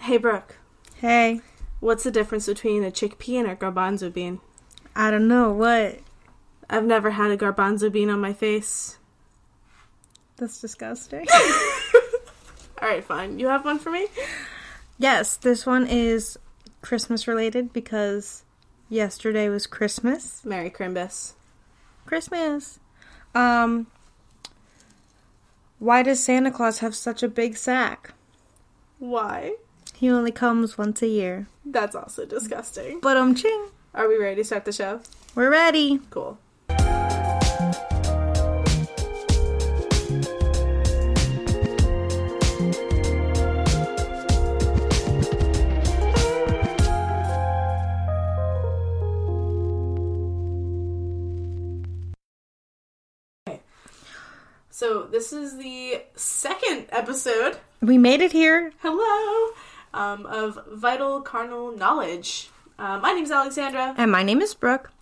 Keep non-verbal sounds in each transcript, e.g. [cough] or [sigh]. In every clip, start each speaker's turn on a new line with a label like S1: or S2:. S1: Hey, Brooke,
S2: Hey,
S1: what's the difference between a chickpea and a garbanzo bean?
S2: I don't know what.
S1: I've never had a garbanzo bean on my face.
S2: That's disgusting. [laughs]
S1: All right, fine. You have one for me?
S2: yes, this one is Christmas related because yesterday was Christmas.
S1: Merry Crimbus.
S2: Christmas. Um Why does Santa Claus have such a big sack?
S1: Why?
S2: He only comes once a year.
S1: That's also disgusting.
S2: But um ching.
S1: Are we ready to start the show?
S2: We're ready.
S1: Cool. Okay. So this is the second episode.
S2: We made it here.
S1: Hello, um, of vital carnal knowledge. Uh, my name's Alexandra.
S2: And my name is Brooke.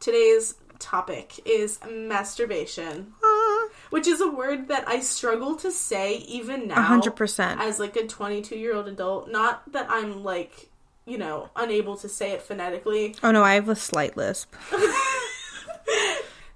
S1: Today's topic is masturbation,
S2: Ah,
S1: which is a word that I struggle to say even
S2: A
S1: now.
S2: hundred percent.
S1: As like a 22 year old adult, not that I'm like, you know, unable to say it phonetically.
S2: Oh no, I have a slight lisp.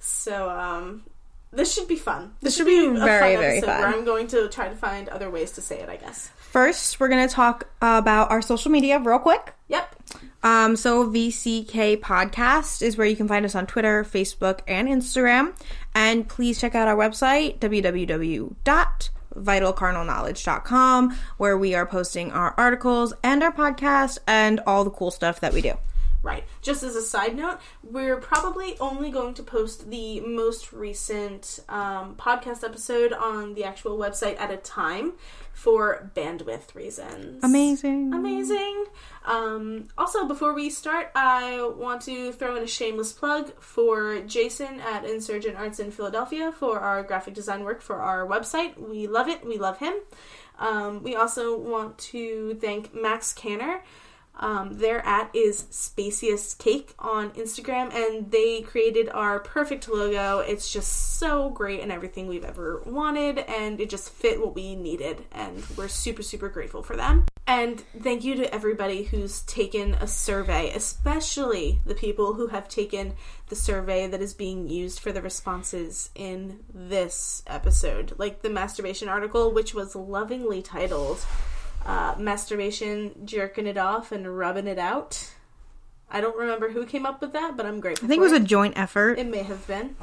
S1: So, um, this should be fun. This,
S2: should be very, very
S1: Where
S2: fun.
S1: I'm going to try to find other ways to say it, I guess.
S2: First, we're gonna talk about our social media real quick.
S1: Yep.
S2: Um, so VCK Podcast is where you can find us on Twitter, Facebook, and Instagram. And please check out our website, www.vitalcarnalknowledge.com, where we are posting our articles and our podcast and all the cool stuff that we do.
S1: Right. Just as a side note, we're probably only going to post the most recent um, podcast episode on the actual website at a time for bandwidth reasons.
S2: Amazing.
S1: Amazing. Um, also, before we start, I want to throw in a shameless plug for Jason at Insurgent Arts in Philadelphia for our graphic design work for our website. We love it. We love him. Um, we also want to thank Max Canner. Um, their at is Spaciest Cake on Instagram, and they created our perfect logo. It's just so great and everything we've ever wanted, and it just fit what we needed, and we're super, super grateful for them. And thank you to everybody who's taken a survey, especially the people who have taken the survey that is being used for the responses in this episode, like the masturbation article, which was lovingly titled uh, masturbation, jerking it off, and rubbing it out. I don't remember who came up with that, but I'm grateful.
S2: I think it
S1: for
S2: was a joint effort.
S1: it may have been.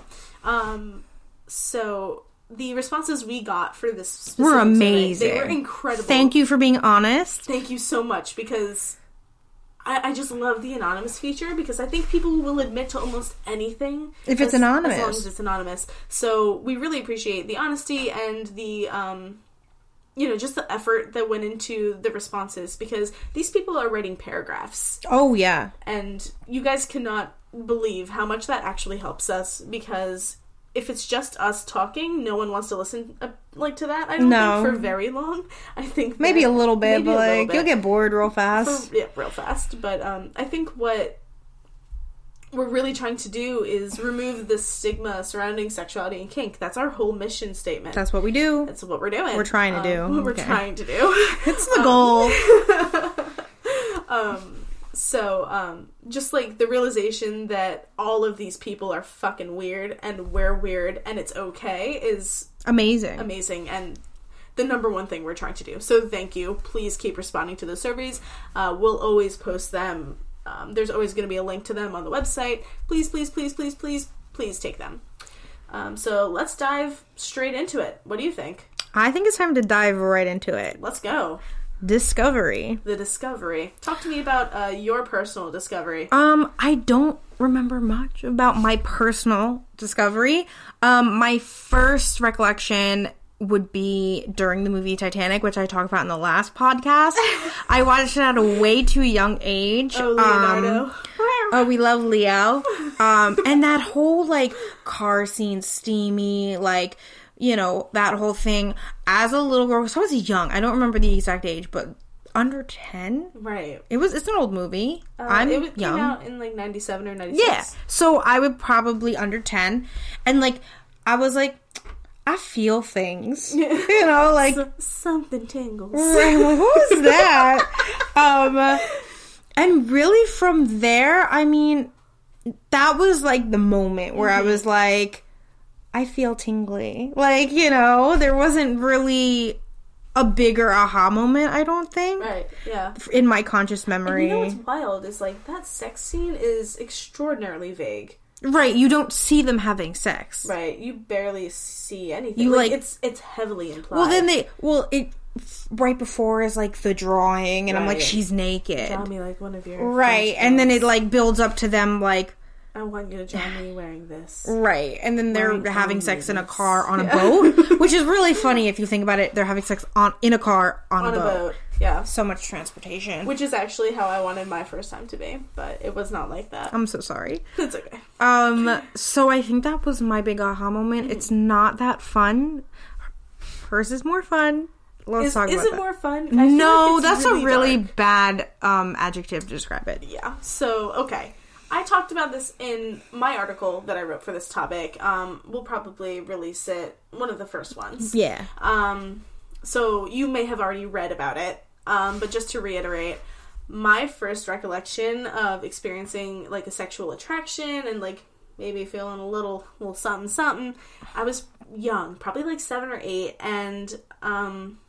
S1: Um, so the responses we got for this specific
S2: We're
S1: survey,
S2: amazing.
S1: They were incredible.
S2: Thank you for being honest.
S1: Thank you so much because I, I just love the anonymous feature because I think people will admit to almost anything
S2: If
S1: as-
S2: it's
S1: as long
S2: anonymous.
S1: as it's anonymous. So we really appreciate the honesty and the um, you know just the effort that went into the responses because these people are writing paragraphs
S2: Oh yeah.
S1: and you guys cannot believe how much that actually helps us because if it's just us talking, no one wants to listen uh, like to that. I don't
S2: No.
S1: think for very long. I think
S2: Maybe
S1: that-
S2: a little bit,
S1: maybe
S2: but
S1: a little
S2: like
S1: bit
S2: you'll get bored real fast.
S1: for- Oh, yeah, real fast. But um, I think what we're really trying to do is remove the stigma surrounding sexuality and kink. That's our whole mission statement. That's,
S2: That's what we do.
S1: what we're doing.
S2: We're trying to do.
S1: Um, What we're
S2: Okay.
S1: trying to do.
S2: [laughs]
S1: [laughs]
S2: It's the goal.
S1: so, um, just like the realization that all of these people are fucking weird and we're weird and it's okay is
S2: Amazing.
S1: amazing and the number one thing we're trying to do. So thank you. Please keep responding to those surveys. Uh, we'll always post them. Um, there's always going to be a link to them on the website. Please, please, please, please, please, please take them. Um, so let's dive straight into it. What do you think?
S2: I think it's time to dive right into it.
S1: Let's go.
S2: Discovery.
S1: The discovery. Talk to me about uh, your personal discovery.
S2: Um, I don't remember much about my personal discovery. Um, my first recollection would be during the movie Titanic, which I talked about in the
S1: [laughs]
S2: last podcast. I watched it at a way too young age.
S1: Oh,
S2: Um,
S1: Leonardo.
S2: Oh, we love Leo. Um, and that whole like car scene, steamy, like you know that whole thing. As a little girl, so I was young. I don't remember the exact age, but under ten.
S1: right.
S2: It was. It's an old movie. I'm
S1: Uh, it was- came
S2: young.
S1: out in like 97 or 96.
S2: Yeah. So I would probably under 10. And like, I was like,
S1: [laughs]
S2: I feel things. You know, like, [laughs]
S1: Something tingles.
S2: Mm. right, like, what was that?
S1: [laughs]
S2: um, and really from there, I mean, that was like the moment where
S1: Mm-hmm.
S2: I was like, I feel tingly. Like, you know, there wasn't really a bigger aha moment, I don't think,
S1: Right. Yeah.
S2: in my conscious memory.
S1: You know what's wild is like that sex scene is extraordinarily vague.
S2: right, you don't see them having sex.
S1: Right. You barely see anything.
S2: You,
S1: like,
S2: like-
S1: it's it's heavily implied.
S2: Well, then they, well, it, f- right before is like the drawing, and I'm like,
S1: Right.
S2: she's naked.
S1: draw me like one of your
S2: Right,
S1: French
S2: and then
S1: girls.
S2: it like builds up to them like
S1: I want you to draw me wearing this.
S2: Right. And then they're
S1: Wearing
S2: having
S1: only
S2: sex in a
S1: this.
S2: car on a boat, which is really funny if you think about it. They're having sex on in a car on,
S1: On
S2: a,
S1: a
S2: boat.
S1: boat. Yeah.
S2: So much transportation.
S1: Which is actually how I wanted my first time to be, but it was not like that.
S2: I'm so sorry.
S1: It's okay.
S2: Um so I think that was my big aha moment. It's not that fun. Hers is more fun. Let's
S1: Is,
S2: talk
S1: is
S2: about
S1: it
S2: that.
S1: more fun? I feel
S2: no,
S1: like it's
S2: that's a really
S1: dark.
S2: bad um adjective to describe it.
S1: yeah so okay i talked about this in my article that i wrote for this topic um, we'll probably release it one of the first ones
S2: Yeah.
S1: um, so you may have already read about it um, but just to reiterate my first recollection of experiencing like a sexual attraction and like maybe feeling a little little something something i was young probably like seven or eight and um,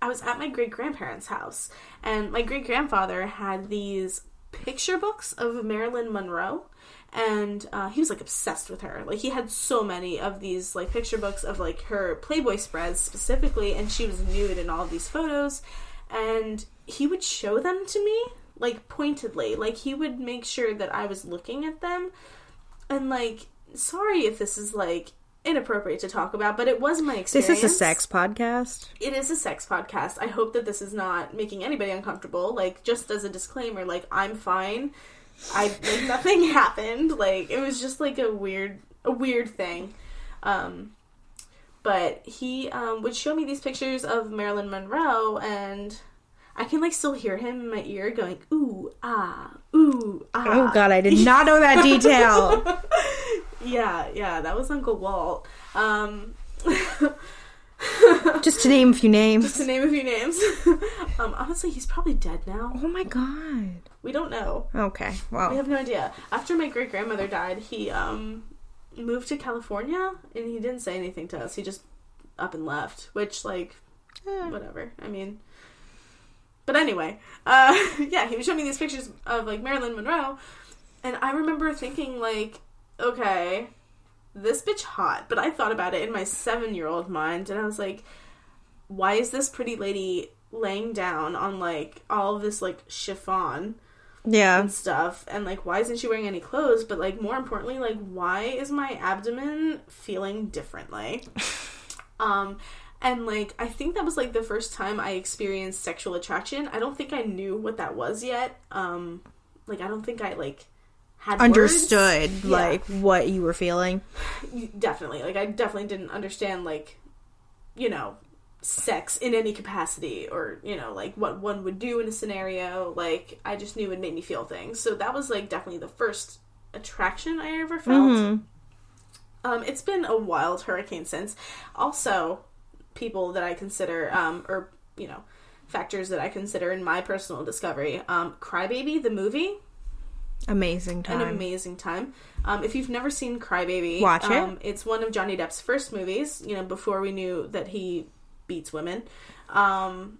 S1: I was at my great grandparents' house, and my great grandfather had these picture books of Marilyn Monroe, and uh, he was like obsessed with her. Like he had so many of these like picture books of like her Playboy spreads specifically, and she was nude in all of these photos, and he would show them to me like pointedly. Like he would make sure that I was looking at them, and like sorry if this is like inappropriate to talk about, but it was my experience
S2: This is a sex podcast.
S1: it is a sex podcast. I hope that this is not making anybody uncomfortable. Like, just as a disclaimer, like I'm fine. I like [laughs] nothing happened. Like it was just like a weird, a weird thing. Um, but he um, would show me these pictures of Marilyn Monroe, and I can like still hear him in my ear going, "Ooh ah, ooh ah."
S2: Oh god, I did not know that [laughs] detail.
S1: Yeah, yeah, that was Uncle Walt. Um, [laughs]
S2: Just to name a few names.
S1: to name a few names. [laughs] um, honestly, he's probably dead now.
S2: Oh my god.
S1: We don't know.
S2: Okay. Well,
S1: I have no idea. After my great grandmother died, he um moved to California and he didn't say anything to us. He just up and left, which like
S2: Eh.
S1: whatever. I mean But anyway, uh [laughs] yeah, he was showing me these pictures of like Marilyn Monroe and I remember thinking like, okay, this bitch hot, but I thought about it in my 7-year-old mind and I was like why is this pretty lady laying down on like all of this like chiffon
S2: Yeah.
S1: and stuff and like why isn't she wearing any clothes but like more importantly like why is my abdomen feeling differently um and like i think that was like the first time i experienced sexual attraction i don't think i knew what that was yet um like i don't think i like had words.
S2: Understood
S1: Yeah.
S2: like what you were feeling.
S1: definitely like i definitely didn't understand like you know sex in any capacity or you know like what one would do in a scenario like i just knew it made me feel things so that was like definitely the first attraction i ever felt um it's been a wild hurricane since also people that i consider um or you know factors that i consider in my personal discovery um crybaby the movie
S2: Amazing time.
S1: an amazing time. Um, if you've never seen Crybaby,
S2: Watch it.
S1: Um, it's one of Johnny Depp's first movies. You know, before we knew that he beats women, um,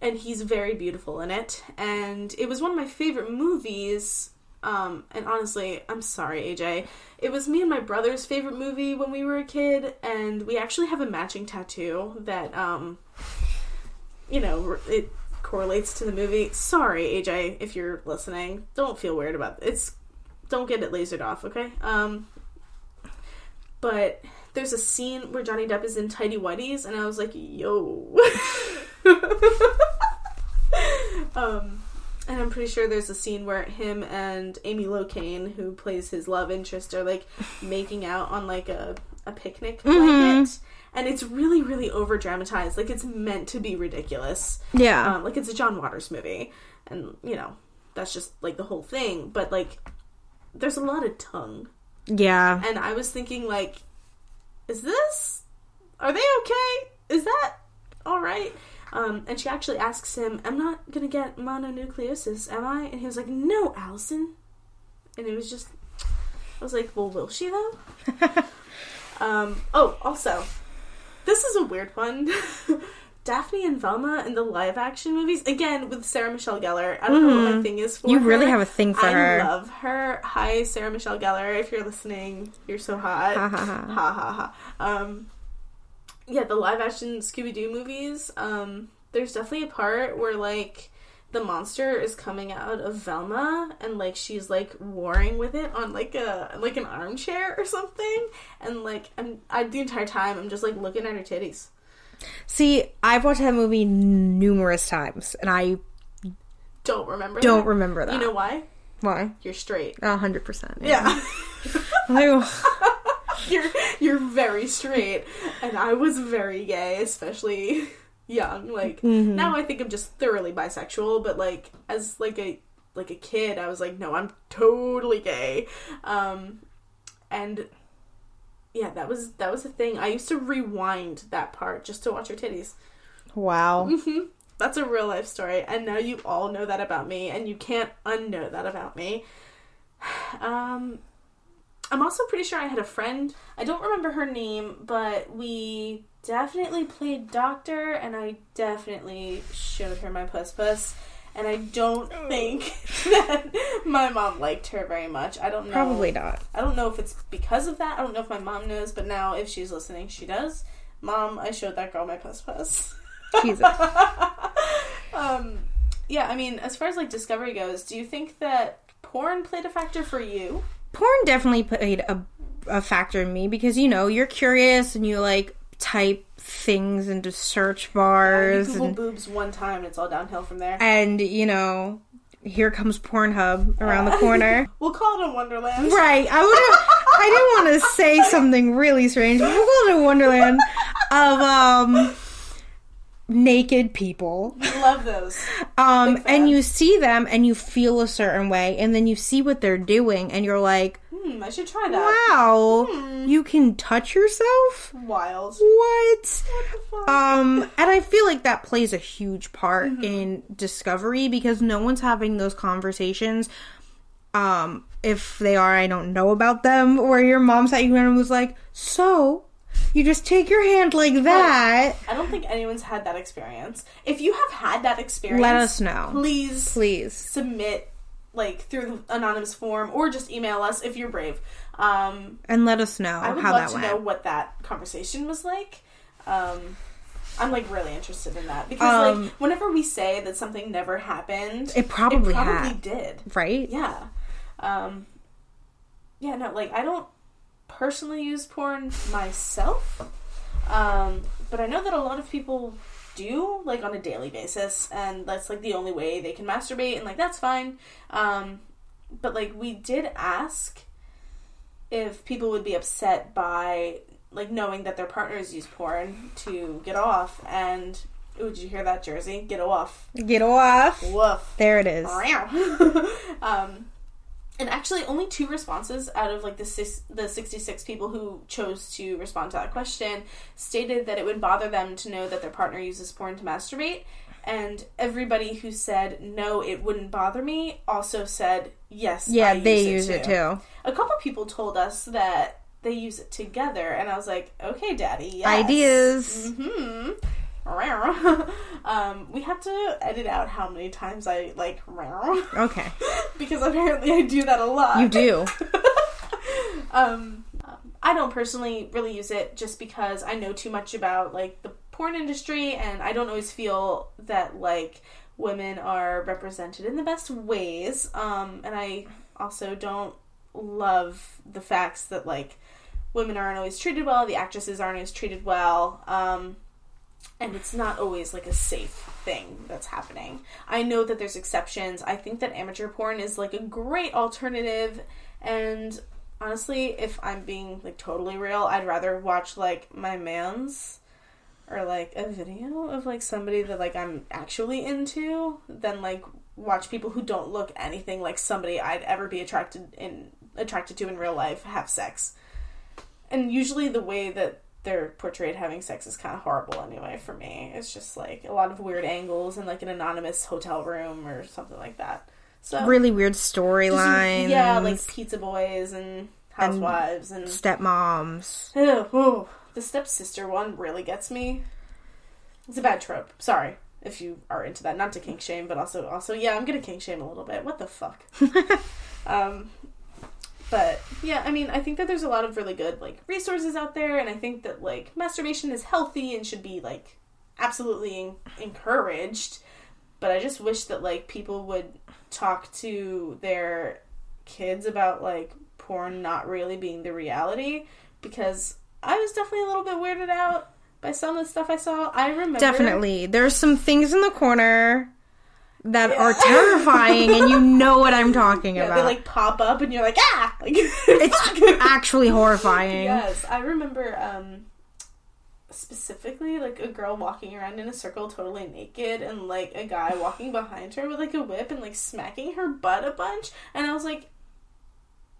S1: and he's very beautiful in it. And it was one of my favorite movies. Um, and honestly, I'm sorry, AJ. It was me and my brother's favorite movie when we were a kid, and we actually have a matching tattoo that, um, you know, r- it correlates to the movie. Sorry, AJ, if you're listening, don't feel weird about It's don't get it lasered off, okay? Um, but there's a scene where Johnny Depp is in tidy whities, and I was like, yo. [laughs] um, and I'm pretty sure there's a scene where him and Amy Locane, who plays his love interest, are like making out on like a, a picnic blanket. And it's really, really over dramatized. Like it's meant to be ridiculous
S2: yeah.
S1: um, like it's a John Waters movie, and you know that's just like the whole thing. But like, there's a lot of tongue,
S2: yeah.
S1: and I was thinking like, is this? Are they okay? Is that all right? Um, and she actually asks him, I'm not going to get mononucleosis, am I? And he was like, No, Allison. And it was just, I was like, Well, will she
S2: [laughs]
S1: though? um, oh, also, this is a weird one. [laughs] Daphne and Velma in the live action movies, again with Sarah Michelle Gellar. I don't know what my thing is for
S2: Mm-hmm. You really
S1: her.
S2: have a thing for
S1: I
S2: her.
S1: love her. Hi, Sarah Michelle Gellar. If you're listening, you're so hot.
S2: Ha, ha, ha.
S1: ha ha ha. Um, yeah, the live action Scooby Doo movies. Um, there's definitely a part where like the monster is coming out of Velma and like she's like warring with it on like a like an armchair or something, and like I'm I the entire time I'm just like looking at her titties.
S2: See, I've watched that movie numerous times, and I
S1: Don't remember.
S2: don't
S1: that.
S2: remember that.
S1: You know why?
S2: why?
S1: You're straight.
S2: A hundred percent.
S1: [laughs]
S2: [laughs]
S1: Yeah.
S2: Ew.
S1: [laughs] you're you're very straight and i was very gay especially [laughs] young like now i think i'm just thoroughly bisexual but like as like a like a kid i was like no i'm totally gay um and yeah that was that was the thing i used to rewind that part just to watch her titties
S2: wow.
S1: that's a real life story and now you all know that about me and you can't unknow that about me [sighs] um i'm also pretty sure i had a friend i don't remember her name but we definitely played doctor and i definitely showed her my puss puss and i don't think [laughs] that my mom liked her very much i don't know
S2: Probably not.
S1: I don't know if it's because of that. I don't know if my mom knows, but now if she's listening, she does. Mom, I showed that girl my puss puss.
S2: Jesus.
S1: [laughs] um, yeah, I mean, as far as like discovery goes, do you think that porn played a factor for you?
S2: porn definitely played a, a factor in me because you know you're curious and you like type things into search
S1: You
S2: bars
S1: Google
S2: and,
S1: boobs one time, and it's all downhill from there.
S2: and you know here comes Pornhub around the
S1: [laughs]
S2: corner.
S1: We'll call it a Wonderland.
S2: right. I would I didn't want to say something really strange. But we'll go to Wonderland of um naked people.
S1: We Love those.
S2: Um,
S1: fan.
S2: and you see them and you feel a certain way, and then you see what they're doing, and you're like,
S1: Hmm, I should try that.
S2: wow,
S1: Hmm.
S2: you can touch yourself?
S1: Wild.
S2: What?
S1: fuck? Mm-hmm.
S2: Um, and I feel like that plays a huge part in discovery because no one's having those conversations. Um, if they are, I don't know about them, where your mom's at you and was like, so you just take your hand
S1: Oh.
S2: like that.
S1: I don't think anyone's had that experience. If you have had that experience,
S2: Let us know.
S1: please
S2: Please.
S1: submit like through the anonymous form or just email us if you're brave. Um,
S2: And let us know
S1: I would
S2: how
S1: love
S2: that
S1: to
S2: went.
S1: know what that conversation was like. Um, I'm like really interested in that because
S2: Um,
S1: like whenever we say that something never happened,
S2: It probably had.
S1: did.
S2: Right?
S1: Yeah. Um, yeah, no, like I don't personally use porn myself, um, but I know that a lot of people do, like on a daily basis, and that's like the only way they can masturbate, and like that's fine. Um, but like we did ask if people would be upset by like knowing that their partners use porn to get off, and ooh, did you hear that, Jersey? Get off.
S2: Get off.
S1: Woof.
S2: There it is.
S1: [laughs] um, and actually, only two responses out of like the sis- the sixty six people who chose to respond to that question stated that it would bother them to know that their partner uses porn to masturbate. And everybody who said no, it wouldn't bother me, also said yes. I
S2: Yeah, they
S1: use, it, too.
S2: too.
S1: A couple people told us that they use it together, and I was like, okay, daddy, yes.
S2: Ideas.
S1: Hmm. Rawr. [laughs] um, we have to edit out how many times I like [laughs] rawr,
S2: Okay.
S1: because apparently I do that a lot. [laughs]
S2: You do.
S1: Um, um, I don't personally really use it just because I know too much about like the porn industry, and I don't always feel that like women are represented in the best ways. Um, and I also don't love the facts that like women aren't always treated well, the actresses aren't always treated well. Um, and it's not always like a safe thing that's happening. I know that there's exceptions. I think that amateur porn is like a great alternative and honestly, if I'm being like totally real, I'd rather watch like my man's or like a video of like somebody that like I'm actually into than like watch people who don't look anything like somebody I'd ever be attracted in attracted to in real life have sex. And usually the way that they're portrayed having sex is kind of horrible anyway for me. It's just like a lot of weird angles and like an anonymous hotel room or something like that. So
S2: Really weird
S1: just-
S2: storylines.
S1: yeah, like pizza boys and housewives and,
S2: stepmoms.
S1: Ew, whoa. the stepsister one really gets me. It's a bad trope. Sorry if you are into that. Not to kink shame, but also also yeah, I'm gonna kink shame a little bit. What the fuck? um, but yeah, I mean, I think that there's a lot of really good like resources out there, and I think that like masturbation is healthy and should be like absolutely en- encouraged. But I just wish that like people would talk to their kids about like porn not really being the reality because I was definitely a little bit weirded out by some of the stuff I saw. I remember
S2: Definitely. There's some things in the corner that are
S1: [laughs]
S2: terrifying and you know what I'm talking
S1: Yeah,
S2: about.
S1: they like pop up and you're like ah [laughs] like
S2: it's actually horrifying.
S1: Yes, I remember um, specifically like a girl walking around in a circle totally naked and like a guy walking behind her with like a whip and like smacking her butt a bunch and I was like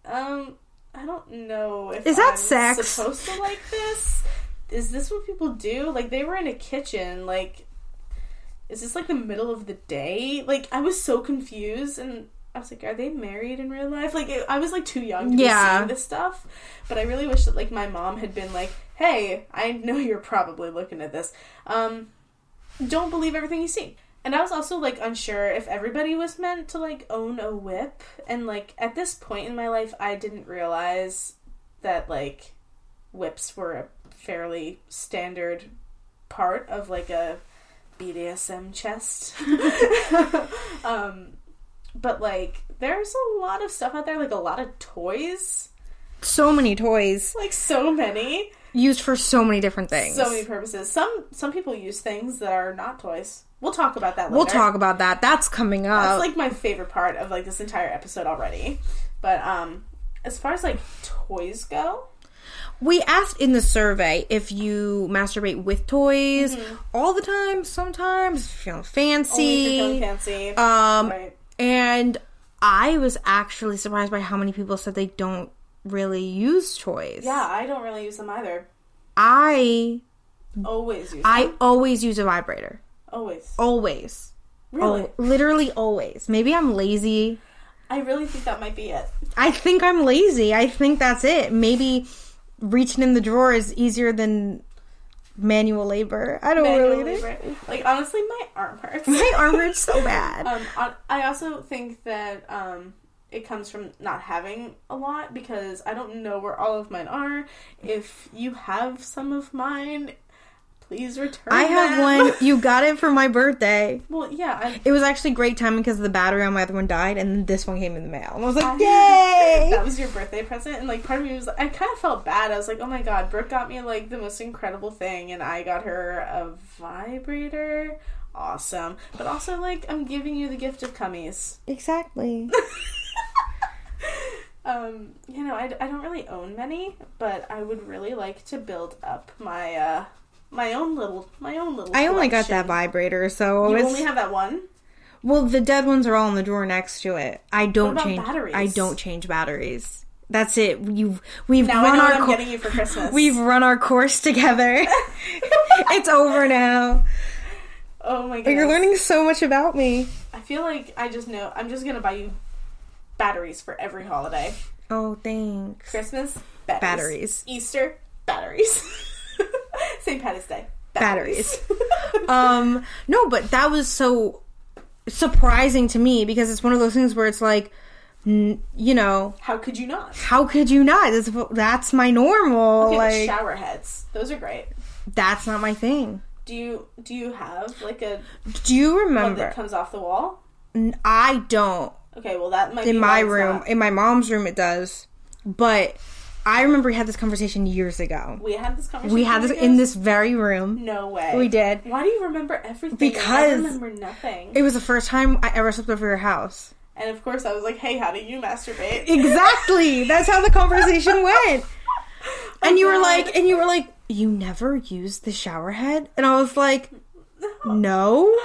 S1: um I don't know if
S2: Is that
S1: I'm
S2: sex?
S1: supposed to like this. Is this what people do? Like they were in a kitchen like is this like the middle of the day? Like I was so confused and I was like, are they married in real life? Like it, I was like too young to
S2: Yeah.
S1: be seeing this stuff, but I really wish that like my mom had been like, hey, I know you're probably looking at this. Um, don't believe everything you see. And I was also like unsure if everybody was meant to like own a whip, and like at this point in my life, I didn't realize that like whips were a fairly standard part of like a BDSM chest. [laughs] um, but like, there's a lot of stuff out there, like a lot of toys,
S2: So many toys
S1: like so many,
S2: used for so many different things.
S1: so many purposes. Some some people use things that are not toys. We'll talk about that. later.
S2: We'll talk about that. That's coming
S1: That's
S2: up.
S1: like my favorite part of like this entire episode already. But um, as far as like toys go,
S2: we asked in the survey if you masturbate with toys
S1: Mm-hmm.
S2: all the time, sometimes, feel
S1: only if
S2: fancy.
S1: you're feeling fancy,
S2: Um,
S1: right?
S2: And I was actually surprised by how many people said they don't really use toys.
S1: Yeah, I don't really use them either.
S2: I
S1: Always use.
S2: I always use a vibrator.
S1: always.
S2: Always.
S1: Really,
S2: Oh, literally always. Maybe I'm lazy.
S1: I really think that might be it.
S2: I think I'm lazy. I think that's it. Maybe reaching in the drawer is easier than manual labor. I don't
S1: manual
S2: Oh, really think.
S1: labor. Like honestly, my arm hurts.
S2: My arm
S1: [laughs]
S2: hurts so bad.
S1: um, on- I also think that um, it comes from not having a lot because I don't know where all of mine are. If you have some of mine, please return.
S2: I have
S1: them. [laughs]
S2: one. You got it for my birthday.
S1: Well, yeah, I,
S2: It was actually great timing because the battery on my other one died, and this one came in the mail. And I
S1: [laughs]
S2: was like, [laughs] "Yay!"
S1: that was your birthday present, and like part of me was I kind of felt bad. I was like, oh my god, Brooke got me like the most incredible thing, and I got her a vibrator. Awesome, but also like I'm giving you the gift of cummies. [laughs]
S2: Exactly.
S1: Um, you know, I, I don't really own many, but I would really like to build up my uh my own little my own little.
S2: I only got
S1: collection.
S2: that vibrator, so
S1: You
S2: it's
S1: only have that one.
S2: well. The dead ones are all in the drawer next to it. I don't
S1: about
S2: change.
S1: batteries?
S2: I don't change batteries. That's it. You we've
S1: Now I
S2: run
S1: know what
S2: our
S1: I'm
S2: cour-
S1: getting you for Christmas.
S2: we've run our course together.
S1: [laughs]
S2: [laughs] it's over now.
S1: oh my god,
S2: You're learning so much about me.
S1: I feel like I just know I'm just gonna buy you batteries for every holiday.
S2: Oh, thanks.
S1: Christmas batteries,
S2: Batteries.
S1: Easter batteries, [laughs] St. Patty's Day
S2: Batteries.
S1: [laughs] batteries.
S2: um no but that was so surprising to me because it's one of those things where it's like n- you know
S1: How could you not?
S2: how could you not that's, wh- that's my normal
S1: Okay,
S2: like
S1: shower heads. Those are great.
S2: that's not my thing
S1: Do you do you have like a
S2: do you
S1: one
S2: remember
S1: that comes off the wall?
S2: N- i don't
S1: Okay, well that might
S2: in
S1: be
S2: my
S1: why it's
S2: room
S1: not.
S2: in my mom's room it does but i remember we had this conversation years ago
S1: We had this conversation.
S2: we had this
S1: with
S2: in
S1: you guys?
S2: this very room
S1: No way.
S2: we did
S1: Why do you remember everything? I
S2: Because-
S1: remember nothing.
S2: it was the first time i ever slept over your house
S1: and of course, I was like, "Hey, how do you masturbate?" [laughs]
S2: Exactly. That's how the conversation went. And you were
S1: God.
S2: like, and you were like, you never use the shower head? And I was like, no.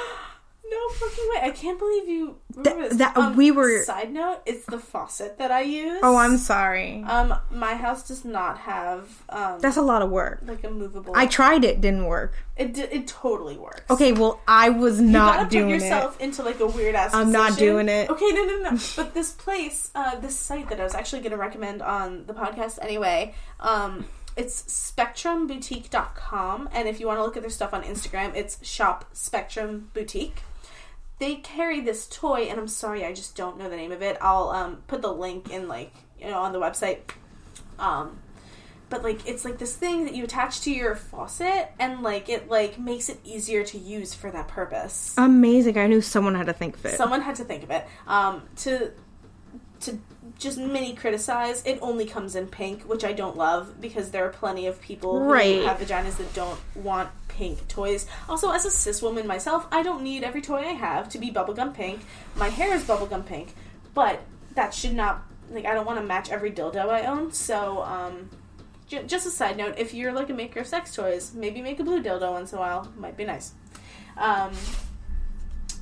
S1: No, fucking way! I can't believe you remember
S2: Th-
S1: this. Um,
S2: that- we were-
S1: Side note: It's the faucet that I use.
S2: Oh, I'm sorry.
S1: Um, my house does not have um
S2: That's a lot of work.
S1: like a movable.
S2: I tried it, didn't work.
S1: it d- it totally works.
S2: Okay, well, I was
S1: You
S2: not
S1: gotta
S2: doing
S1: put yourself into like a weird ass.
S2: I'm not doing it.
S1: Okay, no, no,
S2: [laughs]
S1: no. But this place, uh, this site that I was actually gonna recommend on the podcast anyway. Um, it's spectrumboutique.com, and if you want to look at their stuff on Instagram, it's shop spectrum boutique. They carry this toy, and I'm sorry, I just don't know the name of it. I'll um, put the link in like you know on the website. Um, but like it's like this thing that you attach to your faucet, and like it like makes it easier to use for that purpose
S2: it. Amazing. I knew someone had to think fit.
S1: someone had to think of it um, to to just mini criticize it only comes in pink which i don't love because there are plenty of people who
S2: Right.
S1: have vaginas that don't want pink toys also as a cis woman myself i don't need every toy i have to be bubblegum pink my hair is bubblegum pink but that should not like i don't want to match every dildo i own so um j- just a side note if you're like a maker of sex toys maybe make a blue dildo once in a while might be nice um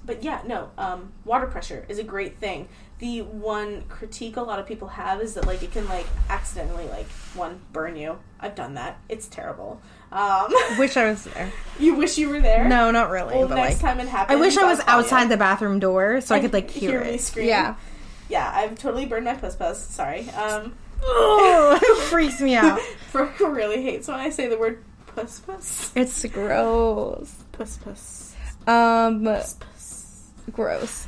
S1: but yeah, no, um, water pressure is a great thing. The one critique a lot of people have is that like it can like accidentally like one burn you. I've done that. It's terrible. Um, [laughs]
S2: wish I was there.
S1: you wish you were there.
S2: No, not really.
S1: Well,
S2: but
S1: next
S2: like,
S1: time it
S2: I
S1: happens.
S2: wish I
S1: I'll
S2: was
S1: call you.
S2: outside the bathroom door so I
S1: And
S2: could like hear,
S1: hear me
S2: it.
S1: scream. [laughs]
S2: Yeah. [laughs]
S1: Yeah, I've totally burned my puss puss. Sorry. Um,
S2: Oh, it freaks
S1: [laughs]
S2: me out.
S1: Brooke really hates when I say the word puss puss.
S2: It's gross.
S1: Puss puss.
S2: Um,
S1: Puss puss.
S2: gross.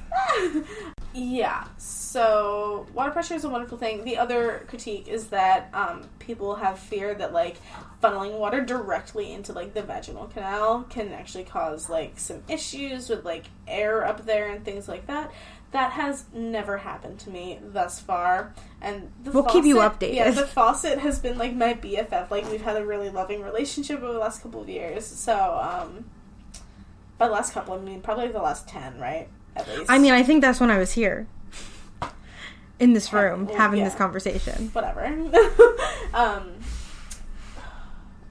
S1: Yeah, so water pressure is a wonderful thing. The other critique is that um, people have fear that like funneling water directly into like the vaginal canal can actually cause like some issues with like air up there and things like that. That has never happened to me thus far, and the
S2: We'll keep you updated.
S1: Yeah, the faucet has been like my BFF. Like we've had a really loving relationship over the last couple of years. So um, by the last couple, I mean probably the last ten, right? At least.
S2: I mean, I think that's when I was here in this room
S1: Oh, Well,
S2: having this
S1: yeah.
S2: conversation.
S1: whatever. [laughs] um,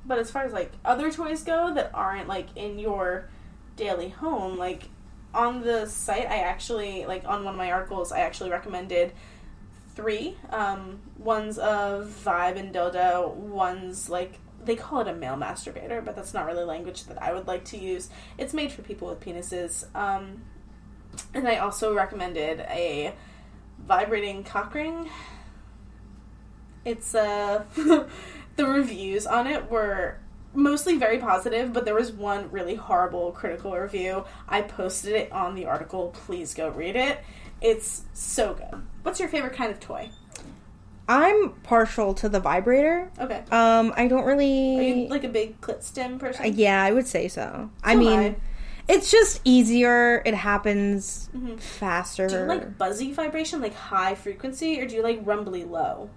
S1: but as far as like other toys go that aren't like in your daily home, like on the site, I actually like on one of my articles, I actually recommended three. Um, one's a vibe and dildo. One's like they call it a male masturbator, but that's not really language that I would like to use. It's made for people with penises. Um, and I also recommended a vibrating cock ring it's uh [laughs] the reviews on it were mostly very positive but there was one really horrible critical review i posted it on the article please go read it it's so good what's your favorite kind of toy
S2: I'm partial to the vibrator.
S1: okay
S2: Um, I don't really.
S1: are you like a big clit stem person
S2: Uh, Yeah, I would say so. I
S1: So am
S2: mean,
S1: I.
S2: it's just easier. It happens faster.
S1: Mm-hmm. do you like buzzy vibration like high frequency or do you like rumbly low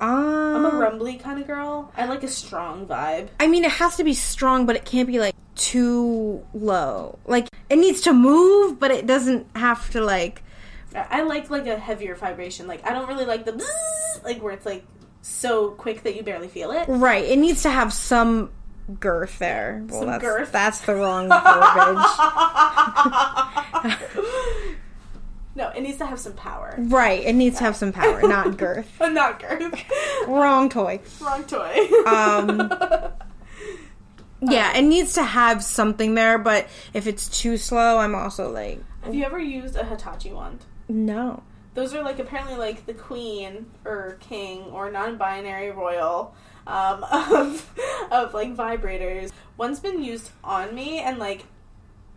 S1: i'm
S2: um,
S1: a rumbly kind of girl i like a strong vibe
S2: I mean, it has to be strong, but it can't be like too low. Like it needs to move, but it doesn't have to like.
S1: I I like like a heavier vibration like i don't really like the bzzz, like where it's like so quick that you barely feel it
S2: Right, it needs to have some girth there. Well,
S1: Some
S2: that's,
S1: girth?
S2: That's the
S1: [laughs]
S2: wrong verbiage.
S1: no, it needs to have some power.
S2: right, it needs to have some power, [laughs] not girth.
S1: But not girth.
S2: Wrong toy.
S1: [laughs] Wrong toy.
S2: Um, Yeah, it needs to have something there, but if it's too slow, I'm also like,
S1: [laughs] have you ever used a Hitachi wand?
S2: no.
S1: Those are like apparently like the queen or king or non-binary royal um, [laughs] of of like vibrators. One's been used on me and like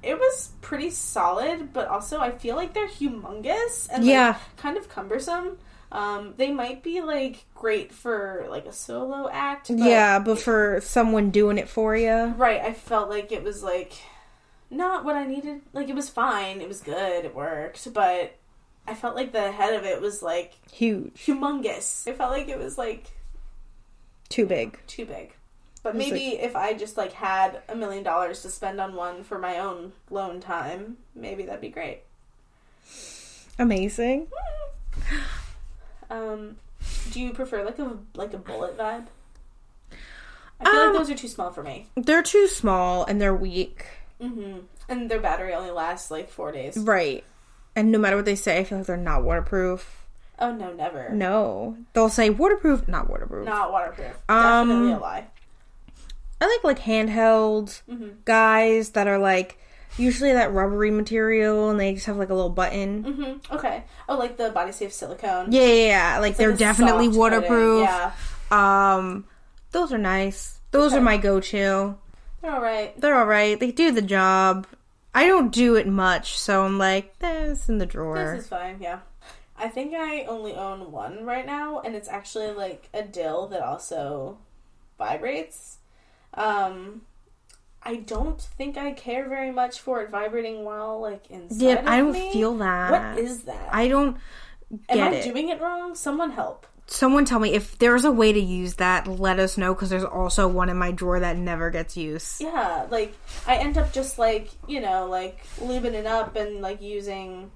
S1: it was pretty solid, but also I feel like they're humongous and like,
S2: Yeah.
S1: kind of cumbersome. Um, they might be like great for like a solo act. But,
S2: yeah, but for someone doing it for you.
S1: right. I felt like it was like not what I needed. Like it was fine. It was good. It worked, but I felt like the head of it was like
S2: Huge.
S1: humongous. I felt like it was like
S2: Too big.
S1: too big. But
S2: It was,
S1: maybe if I just like had a million dollars to spend on one for my own loan time, maybe that'd be great.
S2: Amazing.
S1: Um, do you prefer like a like a bullet vibe? I feel
S2: Um,
S1: like those are too small for me. Mm-hmm.
S2: They're too small and they're weak.
S1: And their battery only lasts like four days.
S2: Right. And no matter what they say, I feel like they're not waterproof.
S1: Oh no, never.
S2: No. They'll say waterproof, not waterproof.
S1: Not waterproof.
S2: Um,
S1: Definitely a lie.
S2: I like like handheld guys that are like usually that rubbery material and they just have like a little button.
S1: Mm-hmm. Okay. Oh, like the body safe silicone.
S2: Yeah, yeah, yeah. Like
S1: Like
S2: they're
S1: a
S2: definitely
S1: soft coating.
S2: waterproof.
S1: Yeah,
S2: Um those are nice. Those are my go-to.
S1: they're all right.
S2: They're all right. They do the job. I don't do it much, so I'm like, eh, it's in the drawer.
S1: This is fine. Yeah. I think I only own one right now, and it's actually like a dill that also vibrates. Um, I don't think I care very much for it vibrating while like inside.
S2: yeah,
S1: of
S2: I don't
S1: me.
S2: feel that.
S1: What is that?
S2: I don't get
S1: Am I
S2: it.
S1: doing it wrong? Someone help.
S2: Someone tell me if there's a way to use that, let us know because there's also one in my drawer that never gets used.
S1: Yeah, like I end up just like you know like lubing it up and like using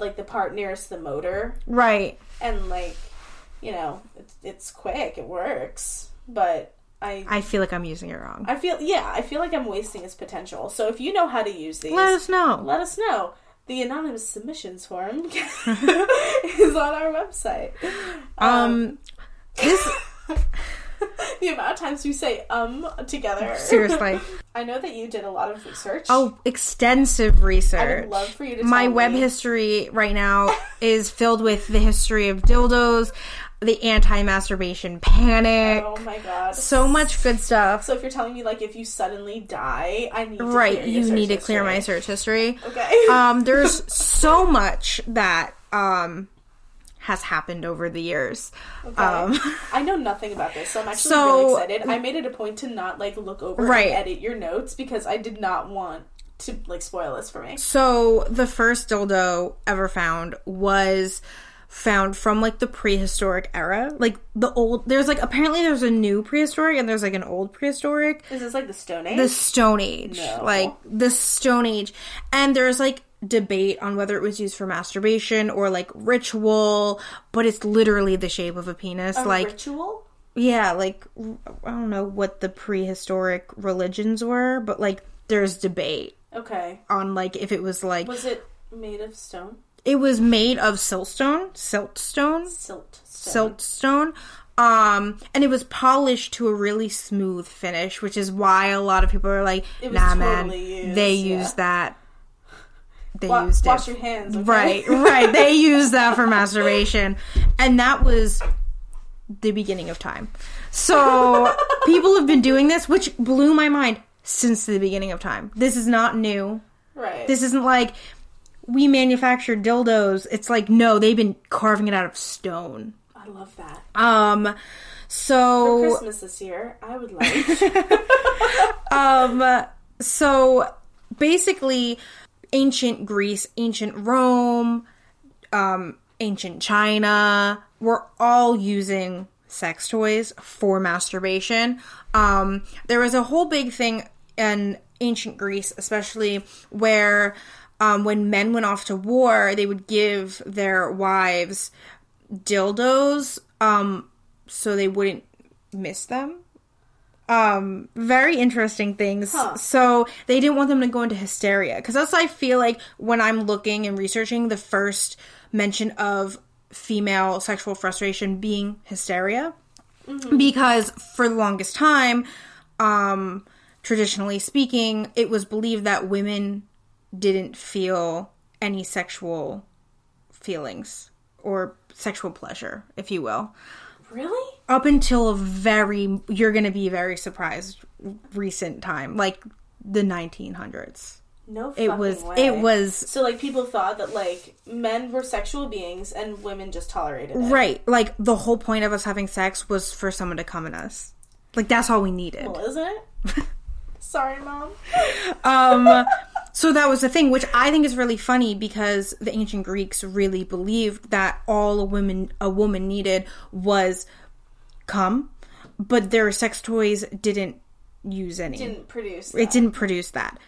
S1: like the part nearest the motor
S2: Right.
S1: and like you know it's, it's quick it works but I,
S2: I feel like I'm using it wrong.
S1: I feel yeah i feel like i'm wasting its potential so if you know how to use these
S2: Let us know.
S1: let us know the anonymous submissions
S2: [laughs]
S1: form [laughs] is on our website [laughs]
S2: Um, this
S1: the amount of times we say um together
S2: seriously.
S1: i know that you did a lot of research
S2: Oh, extensive research.
S1: i would love for you to
S2: my
S1: tell
S2: web
S1: me-
S2: history
S1: [laughs]
S2: right now is filled with the history of dildos, the anti-masturbation panic,
S1: oh my god
S2: so much good stuff.
S1: so if you're telling me like if you suddenly die i need to
S2: right,
S1: clear your
S2: you
S1: search
S2: need to clear my
S1: history.
S2: search history.
S1: okay [laughs]
S2: Um, there's so much that um has happened over the years. Um,
S1: I know nothing about this, so I'm actually
S2: So-
S1: really excited. I made it a point to not like look over
S2: Right.
S1: and edit your notes because I did not want to like spoil this for me.
S2: So the first dildo ever found was found from like the prehistoric era. Like the old there's like apparently there's a new prehistoric and there's like an old prehistoric.
S1: Is this like the Stone Age?
S2: The Stone Age.
S1: No.
S2: Like the Stone Age. And there's like debate on whether it was used for masturbation or like ritual, but it's literally the shape of a penis. like
S1: Oh, ritual?
S2: yeah, like I don't know what the prehistoric religions were, but like there's debate
S1: Okay.
S2: on like if it was like
S1: Was it made of stone?
S2: it was made of siltstone, siltstone,
S1: Silt. Stone.
S2: siltstone, um, and it was polished to a really smooth finish, which is why a lot of people are like,
S1: It was
S2: "Nah,
S1: totally
S2: man,
S1: used,
S2: they
S1: yeah.
S2: used that. They
S1: Wa-
S2: used
S1: wash
S2: it,
S1: your hands. okay?
S2: [laughs] right?
S1: [laughs]
S2: Right. they used that for masturbation, and that was the beginning of time.
S1: [laughs]
S2: So people have been doing this, which blew my mind since the beginning of time. This is not new.
S1: Right.
S2: This isn't like we manufacture dildos. It's like no, they've been carving it out of stone.
S1: I love that.
S2: Um so
S1: Christmas this year, I would
S2: [laughs]
S1: like.
S2: um so basically ancient Greece, ancient Rome, um ancient China were all using sex toys for masturbation. Um there was a whole big thing in ancient Greece especially where um, when men went off to war, they would give their wives dildos um, so they wouldn't miss them. Um, very interesting things. So they didn't want them to go into hysteria because that's I feel like when I'm looking and researching the first mention of female sexual frustration being hysteria because for the longest time um traditionally speaking it was believed that women didn't feel any sexual feelings or sexual pleasure if you will
S1: really?
S2: up until a very you're going to be very surprised recent time like the 1900s
S1: No. Fucking
S2: it was
S1: way.
S2: it was
S1: So like people thought that like men were sexual beings and women just tolerated it.
S2: right like the whole point of us having sex was for someone to come in us like that's all we needed
S1: Well, isn't it?
S2: [laughs]
S1: Sorry, mom.
S2: um so that was the thing which i think is really funny because the ancient greeks really believed that all a woman a woman needed was cum but their sex toys didn't use any
S1: Didn't produce.
S2: it didn't produce that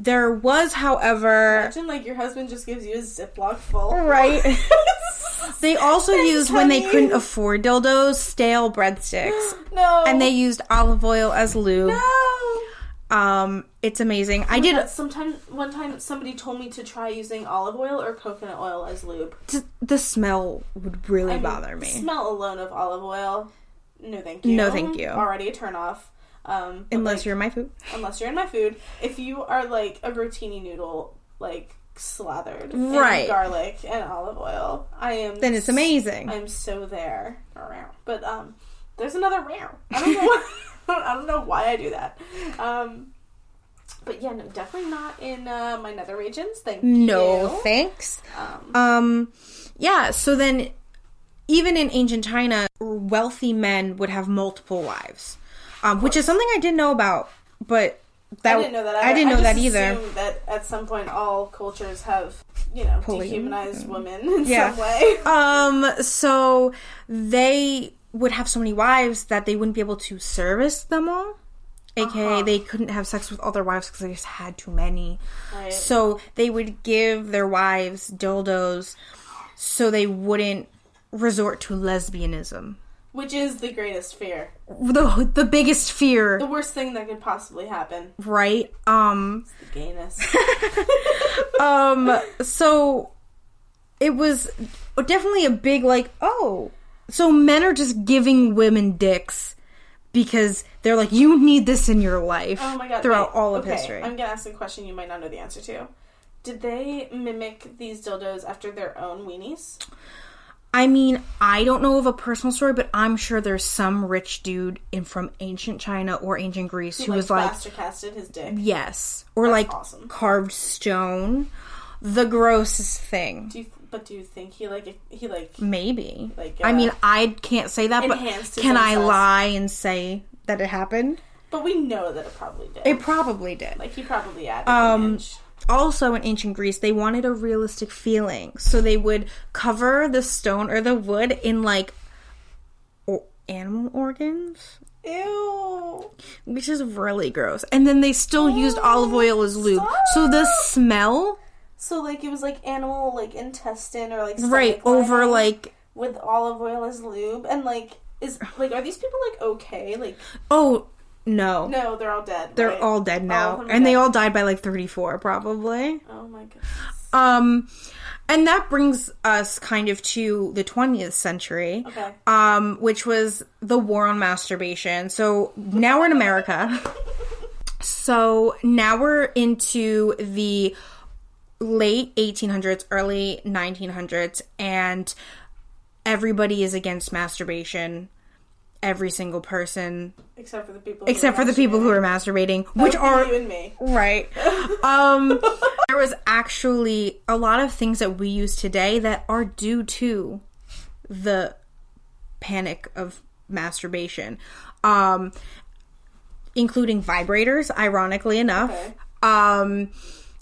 S2: there was however
S1: Imagine like your husband just gives you a Ziploc
S2: Oh.
S1: full. [laughs]
S2: right they also used when they
S1: honey.
S2: couldn't
S1: [gasps]
S2: afford dildos stale breadsticks
S1: no.
S2: and they used olive oil as lube
S1: No. Oh
S2: Um, it's amazing. I did
S1: But sometimes one time somebody told me to try using olive oil or coconut oil as lube.
S2: t- the smell would really
S1: And
S2: bother
S1: the
S2: me.
S1: Smell alone of olive oil, no thank you.
S2: No, thank you.
S1: Already a turn off. Um, but,
S2: Unless
S1: like,
S2: you're my food.
S1: unless you're in my food. If you are like a rotini noodle, like slathered
S2: Right.
S1: in garlic and olive oil, I am.
S2: Then it's amazing.
S1: I'm so there. But um, there's another round. I don't know.
S2: [laughs]
S1: Why, [laughs] I don't know why I do that. Um, but yeah, no, definitely not in uh, my nether regions. Thank
S2: No
S1: you.
S2: thanks.
S1: Um,
S2: Um, yeah, so then even in ancient China, wealthy men would have multiple wives, um, which is something I didn't know about, but that
S1: I didn't know that. Either.
S2: I didn't know
S1: just
S2: that either.
S1: assumed That at some point, all cultures have you know
S2: Polygamy.
S1: dehumanized women in
S2: Mm. Yeah.
S1: some way. [laughs]
S2: [laughs] Um, so they would have so many wives that they wouldn't be able to service them all. AKA,
S1: Uh-huh.
S2: they couldn't have sex with other wives because they just had too many.
S1: Right.
S2: So they would give their wives dildos so they wouldn't resort to lesbianism.
S1: Which is the greatest fear,
S2: The, the biggest fear,
S1: the worst thing that could possibly happen.
S2: right? Um,
S1: The gayness.
S2: um, so it was definitely a big, like, oh, so men are just giving women dicks because they're like, you need this in your life
S1: Oh my god!
S2: throughout
S1: wait,
S2: all of
S1: okay,
S2: history.
S1: I'm gonna ask a question you might not know the answer to. Did they mimic these dildos after their own weenies?
S2: I mean, I don't know of a personal story, but I'm sure there's some rich dude in from ancient China or ancient Greece who was like,
S1: plaster casted his dick?
S2: yes, or like
S1: awesome.
S2: carved stone. The grossest thing,
S1: Do you, but do you think he like he like?
S2: maybe.
S1: Like,
S2: I
S1: uh,
S2: mean, I can't say that, but
S1: enhanced his
S2: can
S1: own
S2: I
S1: self.
S2: lie and say that it happened?
S1: But we know that it probably did.
S2: It probably did.
S1: like he probably added um, an inch.
S2: also in ancient Greece, they wanted a realistic feeling. So they would cover the stone or the wood in like o- animal organs,
S1: Ew.
S2: which is really gross. And then they still used olive oil as lube. So the smell
S1: So like it was like animal like intestine or like stomach
S2: right over
S1: lining
S2: like
S1: with olive oil as lube and like is like are these people like okay like
S2: oh no.
S1: no Oh, they're all dead
S2: They're
S1: right?
S2: all dead
S1: of
S2: now.
S1: them are
S2: and they
S1: dead.
S2: all died by like 34 probably.
S1: oh my god
S2: Um and that brings us kind of to the 20th century.
S1: okay
S2: um, which was the war on masturbation. So now we're in America. So now we're into the late 1800s, early 1900s, and everybody is against masturbation. Every single person,
S1: except for the people
S2: except for the people who are masturbating, which are
S1: you and me
S2: Right.
S1: [laughs]
S2: Um, there was actually a lot of things that we use today that are due to the panic of masturbation, um, including vibrators, ironically enough,
S1: Okay.
S2: um,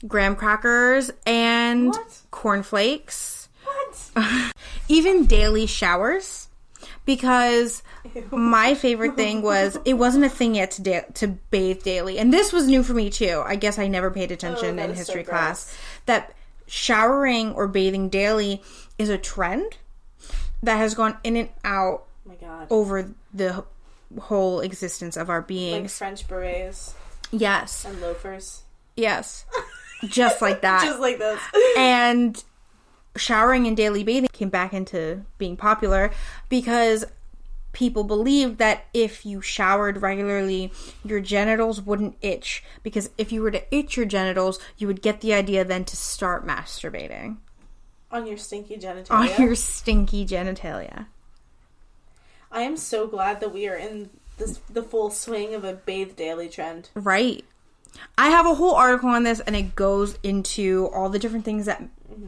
S2: graham crackers, and
S1: What?
S2: cornflakes, Oh
S1: what
S2: even daily showers. Because my favorite thing was it wasn't a thing yet to da- to bathe daily, and this was new for me too. I guess I never paid attention
S1: Oh, that
S2: in
S1: is so
S2: history
S1: gross.
S2: class that showering or bathing daily is a trend that has gone in and out
S1: oh my god
S2: over the h- whole existence of our
S1: like
S2: beings.
S1: french berets
S2: yes,
S1: and loafers
S2: yes, just like
S1: [laughs]
S2: that.
S1: just like those
S2: and showering and daily bathing came back into being popular because people believed that if you showered regularly your genitals wouldn't itch because if you were to itch your genitals you would get the idea then to start masturbating
S1: on your stinky
S2: on
S1: genitalia
S2: your stinky genitalia
S1: i am so glad that we are in this the full swing of a bathe daily trend
S2: right i have a whole article on this and it goes into all the different things that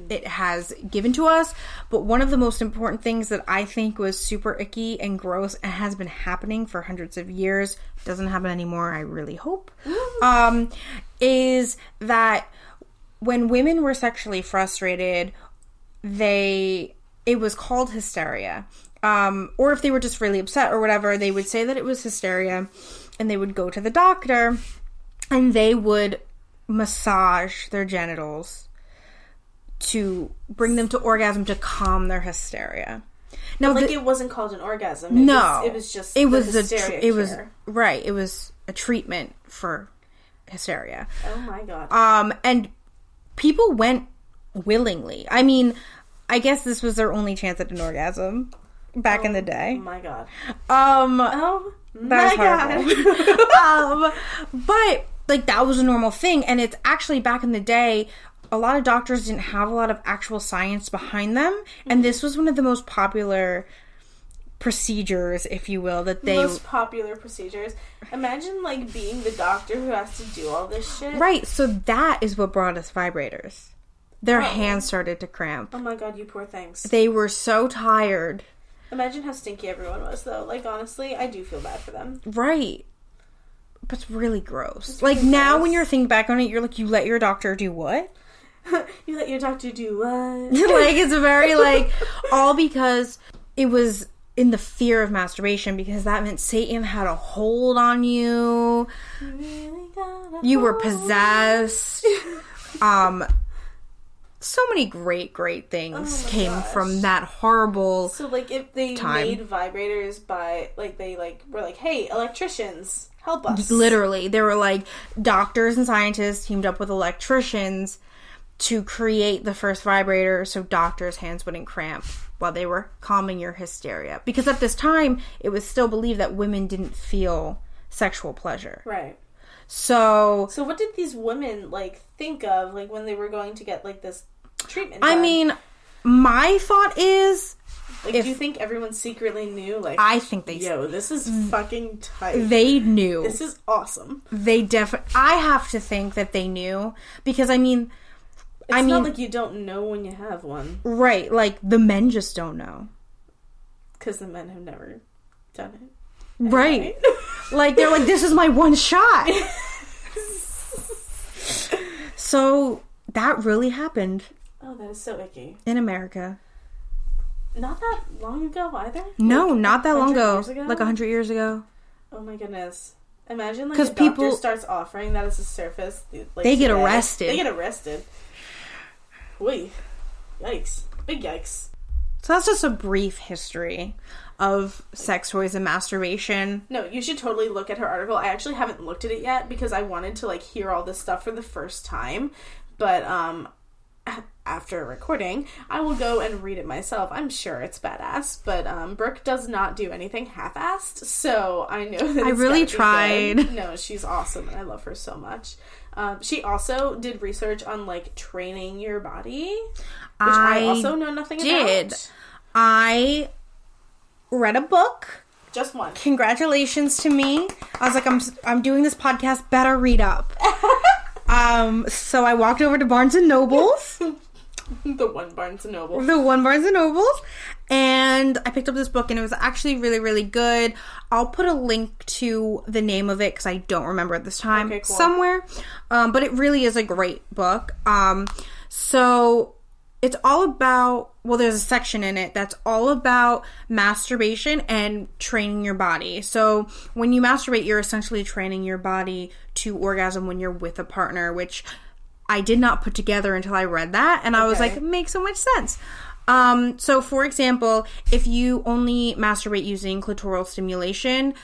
S2: it has given to us but one of the most important things that i think was super icky and gross and has been happening for hundreds of years doesn't happen anymore i really hope um, is that when women were sexually frustrated they it was called hysteria um, or if they were just really upset or whatever they would say that it was hysteria and they would go to the doctor and they would massage their genitals to bring them to orgasm to calm their hysteria now
S1: like
S2: the-
S1: it wasn't called an orgasm. It
S2: no
S1: Was, it was just
S2: it was
S1: the
S2: a tr-
S1: hysteria
S2: it was
S1: cure.
S2: right it was a treatment for hysteria.
S1: Oh my god.
S2: Um, and people went willingly. I mean, I guess this was their only chance at an orgasm back in the
S1: Oh
S2: day.
S1: my god.
S2: Um,
S1: Oh
S2: that
S1: my [laughs]
S2: was
S1: god.
S2: horrible. um, but like that was a normal thing, and it's actually back in the day. A lot of doctors didn't have a lot of actual science behind them, and this was one of the most popular procedures, if you will, that they
S1: Most popular procedures. Imagine like being the doctor who has to do all this shit.
S2: Right, so that is what brought us vibrators. Their hands started to cramp.
S1: Oh my god, you poor things.
S2: They were so tired.
S1: Imagine how stinky everyone was though. Like honestly, I do feel bad for them.
S2: Right. But it's really gross. like now when you're thinking back on it, you're like, you let your doctor do what? [laughs]
S1: [laughs] you let your doctor do what?
S2: like it's very like all because it was in the fear of masturbation because that meant Satan had a hold on you.
S1: Really gotta
S2: You were
S1: hold.
S2: [laughs] possessed. Um so many great, great things
S1: my
S2: came
S1: gosh.
S2: from that horrible
S1: So like if they
S2: Time.
S1: made vibrators by like they like were like, hey, electricians, help us.
S2: Literally, there were like doctors and scientists teamed up with electricians to create the first vibrator so doctors' hands wouldn't cramp while they were calming your hysteria. Because at this time, it was still believed that women didn't feel sexual pleasure.
S1: Right.
S2: So,
S1: So what did these women like think of like when they were going to get like this treatment?
S2: I
S1: done?
S2: mean, my thought is
S1: like do you think everyone secretly knew like
S2: I think they
S1: yo, this is fucking tight.
S2: they knew.
S1: This is awesome.
S2: they definitely I have to think that they knew because I mean,
S1: It's
S2: I mean,
S1: not like you don't know when you have one
S2: right, like the men just don't know.
S1: because the men have never done it.
S2: Right. Like they're like, this is my one shot. so that really happened
S1: [laughs] Oh, that is so icky.
S2: in America.
S1: Not that long ago either.
S2: No, not that long
S1: 100
S2: ago.
S1: years ago?
S2: Like a hundred years ago,
S1: Oh my goodness! Imagine like
S2: 'Cause
S1: because people
S2: people-
S1: starts offering that as a service. Like,
S2: They get
S1: today.
S2: arrested.
S1: They get arrested. Wait, yikes! Big yikes!
S2: so that's just a brief history of sex toys and masturbation.
S1: No, you should totally look at her article. I actually haven't looked at it yet because I wanted to like hear all this stuff for the first time, but um. After recording, I will go and read it myself. I'm sure it's badass, but um, Brooke does not do anything half-assed, so I know. That
S2: I
S1: it's gotta be
S2: really
S1: good.
S2: tried.
S1: No, she's awesome, and I love her so much. Um, she also did research on like training your body, which I,
S2: I
S1: also know nothing
S2: did.
S1: about.
S2: I read a book.
S1: Just one. [laughs]
S2: Congratulations to me. I was like, I'm I'm doing this podcast. Better
S1: [laughs]
S2: read up. um, so I walked over to Barnes and Nobles.
S1: the one Barnes and Noble.
S2: the one Barnes and Nobles, and I picked up this book, and it was actually really, really good. I'll put a link to the name of it because I don't remember at this time
S1: Okay, cool.
S2: somewhere, um, but it really is a great book. Um, so it's all about well, there's a section in it that's all about masturbation and training your body. So when you masturbate, you're essentially training your body to orgasm when you're with a partner, which I did not put together until I read that, and I was
S1: Okay.
S2: like, it makes so much sense. Um, so, for example, if you only masturbate using clitoral stimulation,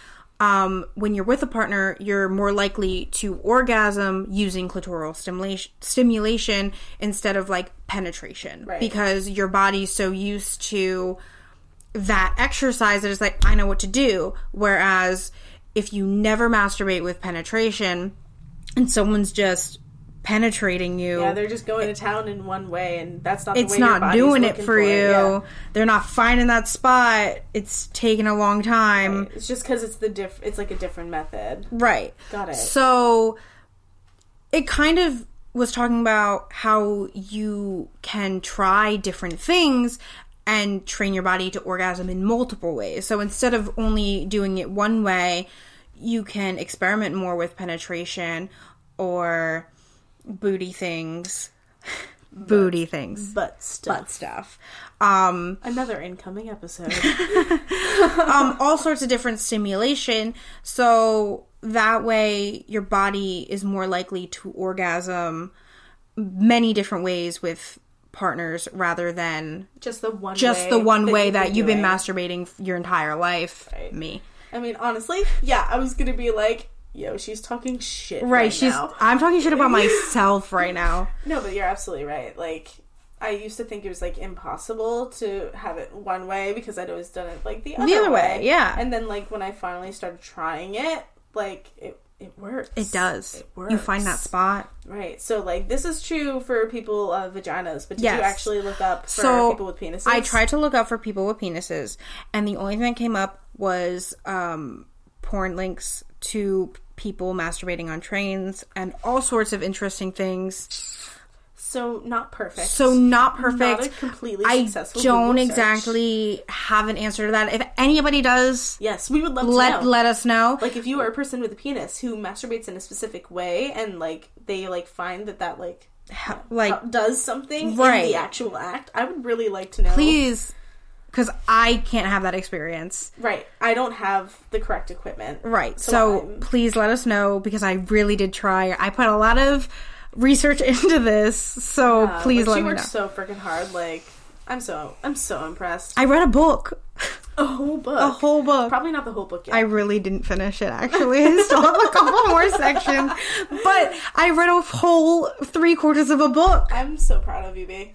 S2: um, when you're with a partner, you're more likely to orgasm using clitoral stimulation, stimulation instead of like penetration
S1: Right.
S2: because your body's so used to that exercise that it's like, I know what to do. Whereas if you never masturbate with penetration and someone's just penetrating you,
S1: Yeah, they're just going to town in one way, and that's not. the
S2: it's
S1: way your
S2: not
S1: body's
S2: doing it
S1: looking
S2: for,
S1: it,
S2: you.
S1: yeah.
S2: They're not finding that spot. It's taking a long time.
S1: It's just because it's the diff. It's like a different method.
S2: Right.
S1: Got it.
S2: So it kind of was talking about how you can try different things and train your body to orgasm in multiple ways. So instead of only doing it one way, you can experiment more with penetration or booty things. [laughs] booty things.
S1: But stuff.
S2: Butt stuff. Um
S1: Another incoming
S2: [laughs]
S1: episode.
S2: um, all sorts of different stimulation. So that way, your body is more likely to orgasm many different ways with partners rather than
S1: just the one.
S2: just
S1: way
S2: the one way
S1: you've
S2: that you've been
S1: doing.
S2: masturbating your entire life.
S1: Right.
S2: Me.
S1: I mean, honestly, yeah, I was gonna be like, yo, she's talking shit.
S2: Right, she's.
S1: now.
S2: I'm talking
S1: [laughs]
S2: shit about myself right now.
S1: No, but you're absolutely right. Like I used to think it was like impossible to have it one way because I'd always done it like the other,
S2: other way, yeah.
S1: And then like when I finally started trying it, like it it works.
S2: It does.
S1: It works.
S2: You find that spot.
S1: right. So like this is true for people of vaginas, but did
S2: Yes.
S1: you actually look up for
S2: So,
S1: people with penises?
S2: I tried to look up for people with penises, and the only thing that came up was um, porn links to people masturbating on trains and all sorts of interesting things.
S1: So not perfect.
S2: So not perfect.
S1: Not a completely
S2: I
S1: successful
S2: don't
S1: Google search.
S2: exactly have an answer to that. If anybody does,
S1: Yes, we would love to
S2: let
S1: know.
S2: let us know.
S1: like if you are a person with a penis who masturbates in a specific way and like they like find that that like uh,
S2: Ha- like
S1: does something in
S2: Right.
S1: the actual act i would really like to know
S2: please because i can't have that experience
S1: right i don't have the correct equipment
S2: right so,
S1: I'm-
S2: please let us know because i really did try i put a lot of research [laughs] into this so
S1: Uh,
S2: please
S1: like,
S2: let
S1: she
S2: me know
S1: worked so freaking hard like i'm so i'm so impressed
S2: i Oh. read a book [laughs]
S1: a whole book
S2: a whole book
S1: probably not the whole book yet
S2: I really didn't finish it actually. [laughs] I still have a couple more sections. But I read a whole three quarters of a book.
S1: I'm so proud of you, B.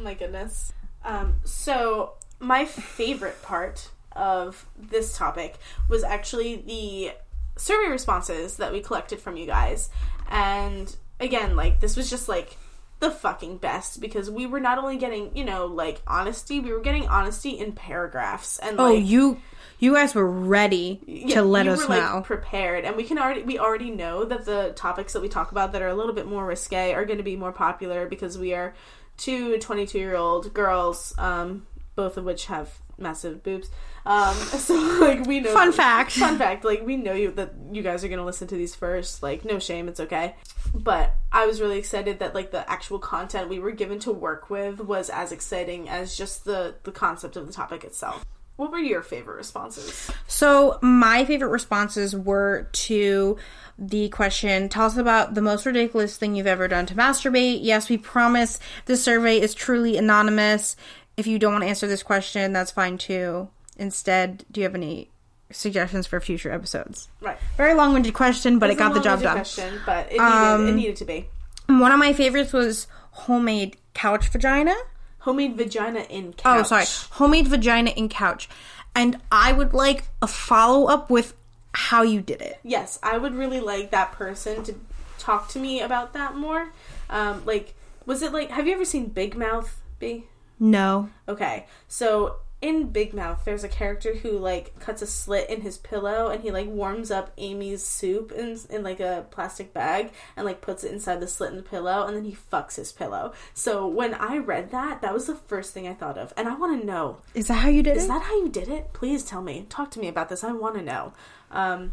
S1: My goodness. Um, so my favorite part of this topic was actually the survey responses that we collected from you guys. And again, like this was just like the fucking best because we were not only getting, you know, like honesty, we were getting honesty in paragraphs and
S2: Oh,
S1: like
S2: you you guys were ready
S1: yeah,
S2: to let
S1: we
S2: us
S1: were, like,
S2: know.
S1: prepared and we can already we already know that the topics that we talk about that are a little bit more risque are going to be more popular because we are two 22 year old girls um both of which have massive boobs um [laughs] so like we know
S2: Fun fact.
S1: fun fact like we know you that you guys are going to listen to these first like no shame it's okay but i was really excited that like the actual content we were given to work with was as exciting as just the the concept of the topic itself what were your favorite responses
S2: So, my favorite responses were to the question Tell us about the most ridiculous thing you've ever done to masturbate. Yes, we promise this survey is truly anonymous. If you don't want to answer this question, that's fine too. Instead, do you have any suggestions for future episodes?
S1: right
S2: Very long winded question, but it
S1: It's a
S2: got the job
S1: long-winded
S2: done. Um,
S1: Question, but it needed, it needed to be
S2: One of my favorites was homemade couch vagina.
S1: homemade vagina in
S2: Oh,
S1: couch.
S2: sorry. Homemade vagina and couch. And I would like a follow up with how you did it.
S1: Yes, I would really like that person to talk to me about that more. Um, like, was it like? Have you ever seen Big Mouth? B.
S2: No.
S1: Okay, so in Big Mouth, there's a character who like cuts a slit in his pillow, and he like warms up Amy's soup in in like a plastic bag, and like puts it inside the slit in the pillow, and then he fucks his pillow. So when I read that, that was the first thing I thought of, and I want to know
S2: Is that how you did
S1: Is
S2: it?
S1: that how you did it? Please tell me. Talk to me about this. I want to know. Um,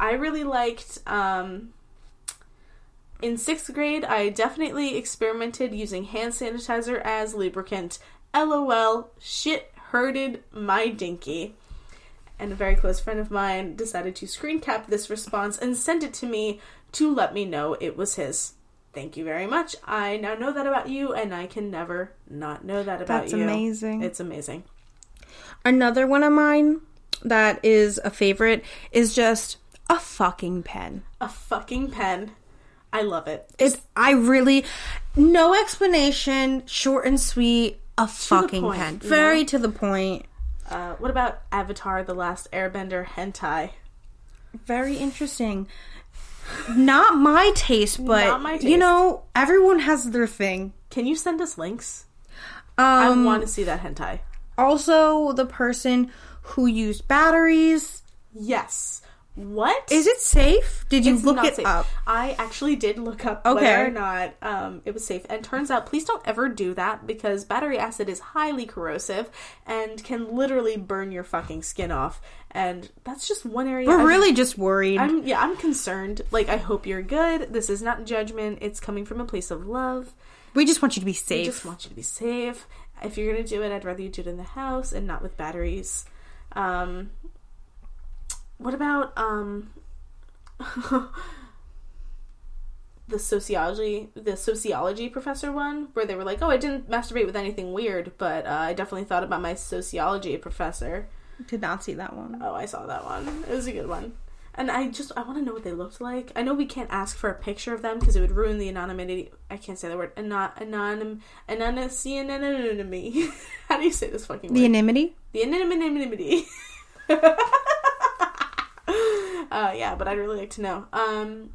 S1: I really liked. Um, in sixth grade, I definitely experimented using hand sanitizer as lubricant. LOL. Shit hurted my dinky. And a very close friend of mine decided to screen cap this response and send it to me to let me know it was his. Thank you very much. I now know that about you, and I can never not know that about
S2: That's
S1: you.
S2: amazing.
S1: It's amazing.
S2: Another one of mine that is a favorite is just a fucking pen.
S1: a fucking pen. I love it.
S2: It's I really no explanation, short and sweet, a fucking
S1: point,
S2: pen.
S1: you
S2: Very to the point.
S1: Uh, what about Avatar: The Last Airbender hentai? [laughs]
S2: Very interesting. Not my taste, but
S1: Not my
S2: you
S1: taste.
S2: know, everyone has their thing.
S1: Can you send us links?
S2: Um
S1: I want to see that hentai.
S2: also the person who used batteries.
S1: Yes. What
S2: Is it safe? Did you
S1: It's
S2: look
S1: not
S2: it
S1: safe.
S2: up?
S1: I actually did look up
S2: Okay.
S1: whether or not um, it was safe, and turns out, please don't ever do that because battery acid is highly corrosive and can literally burn your fucking skin off. And that's just one area.
S2: We're
S1: I'm-
S2: really just worried.
S1: I'm yeah, I'm concerned. Like, I hope you're good. This is not judgment. It's coming from a place of love.
S2: we just want you to be
S1: I
S2: safe.
S1: just want you to be safe. If you're gonna do it, I'd rather you do it in the house and not with batteries. Um, what about um, [laughs] the sociology the sociology professor one where they were like, "Oh, I didn't masturbate with anything weird, but uh, I definitely thought about my sociology professor."
S2: Did not see that one.
S1: Oh, I saw that one. It was a good one. And I just I want to know what they looked like. I know we can't ask for a picture of them because it would ruin the anonymity. I can't say the word anon anonym anonymity anonymity. [laughs] How do you say this fucking word?
S2: The anonymity?
S1: The anonymity. [laughs] uh, yeah, but I'd really like to know. Um,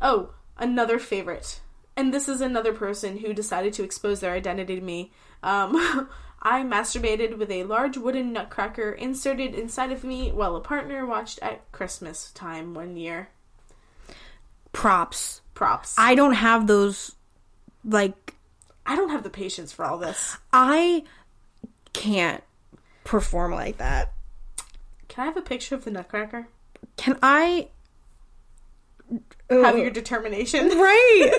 S1: oh, another favorite. And this is another person who decided to expose their identity to me. Um, [laughs] I masturbated with a large wooden nutcracker inserted inside of me while a partner watched at Christmas time one year.
S2: Props.
S1: Props. I,
S2: I don't have those like
S1: don't have the patience for all this.
S2: I can't perform like that.
S1: Can I have a picture of the nutcracker?
S2: Can I Oh.
S1: Have your determination. [laughs]
S2: [laughs] right?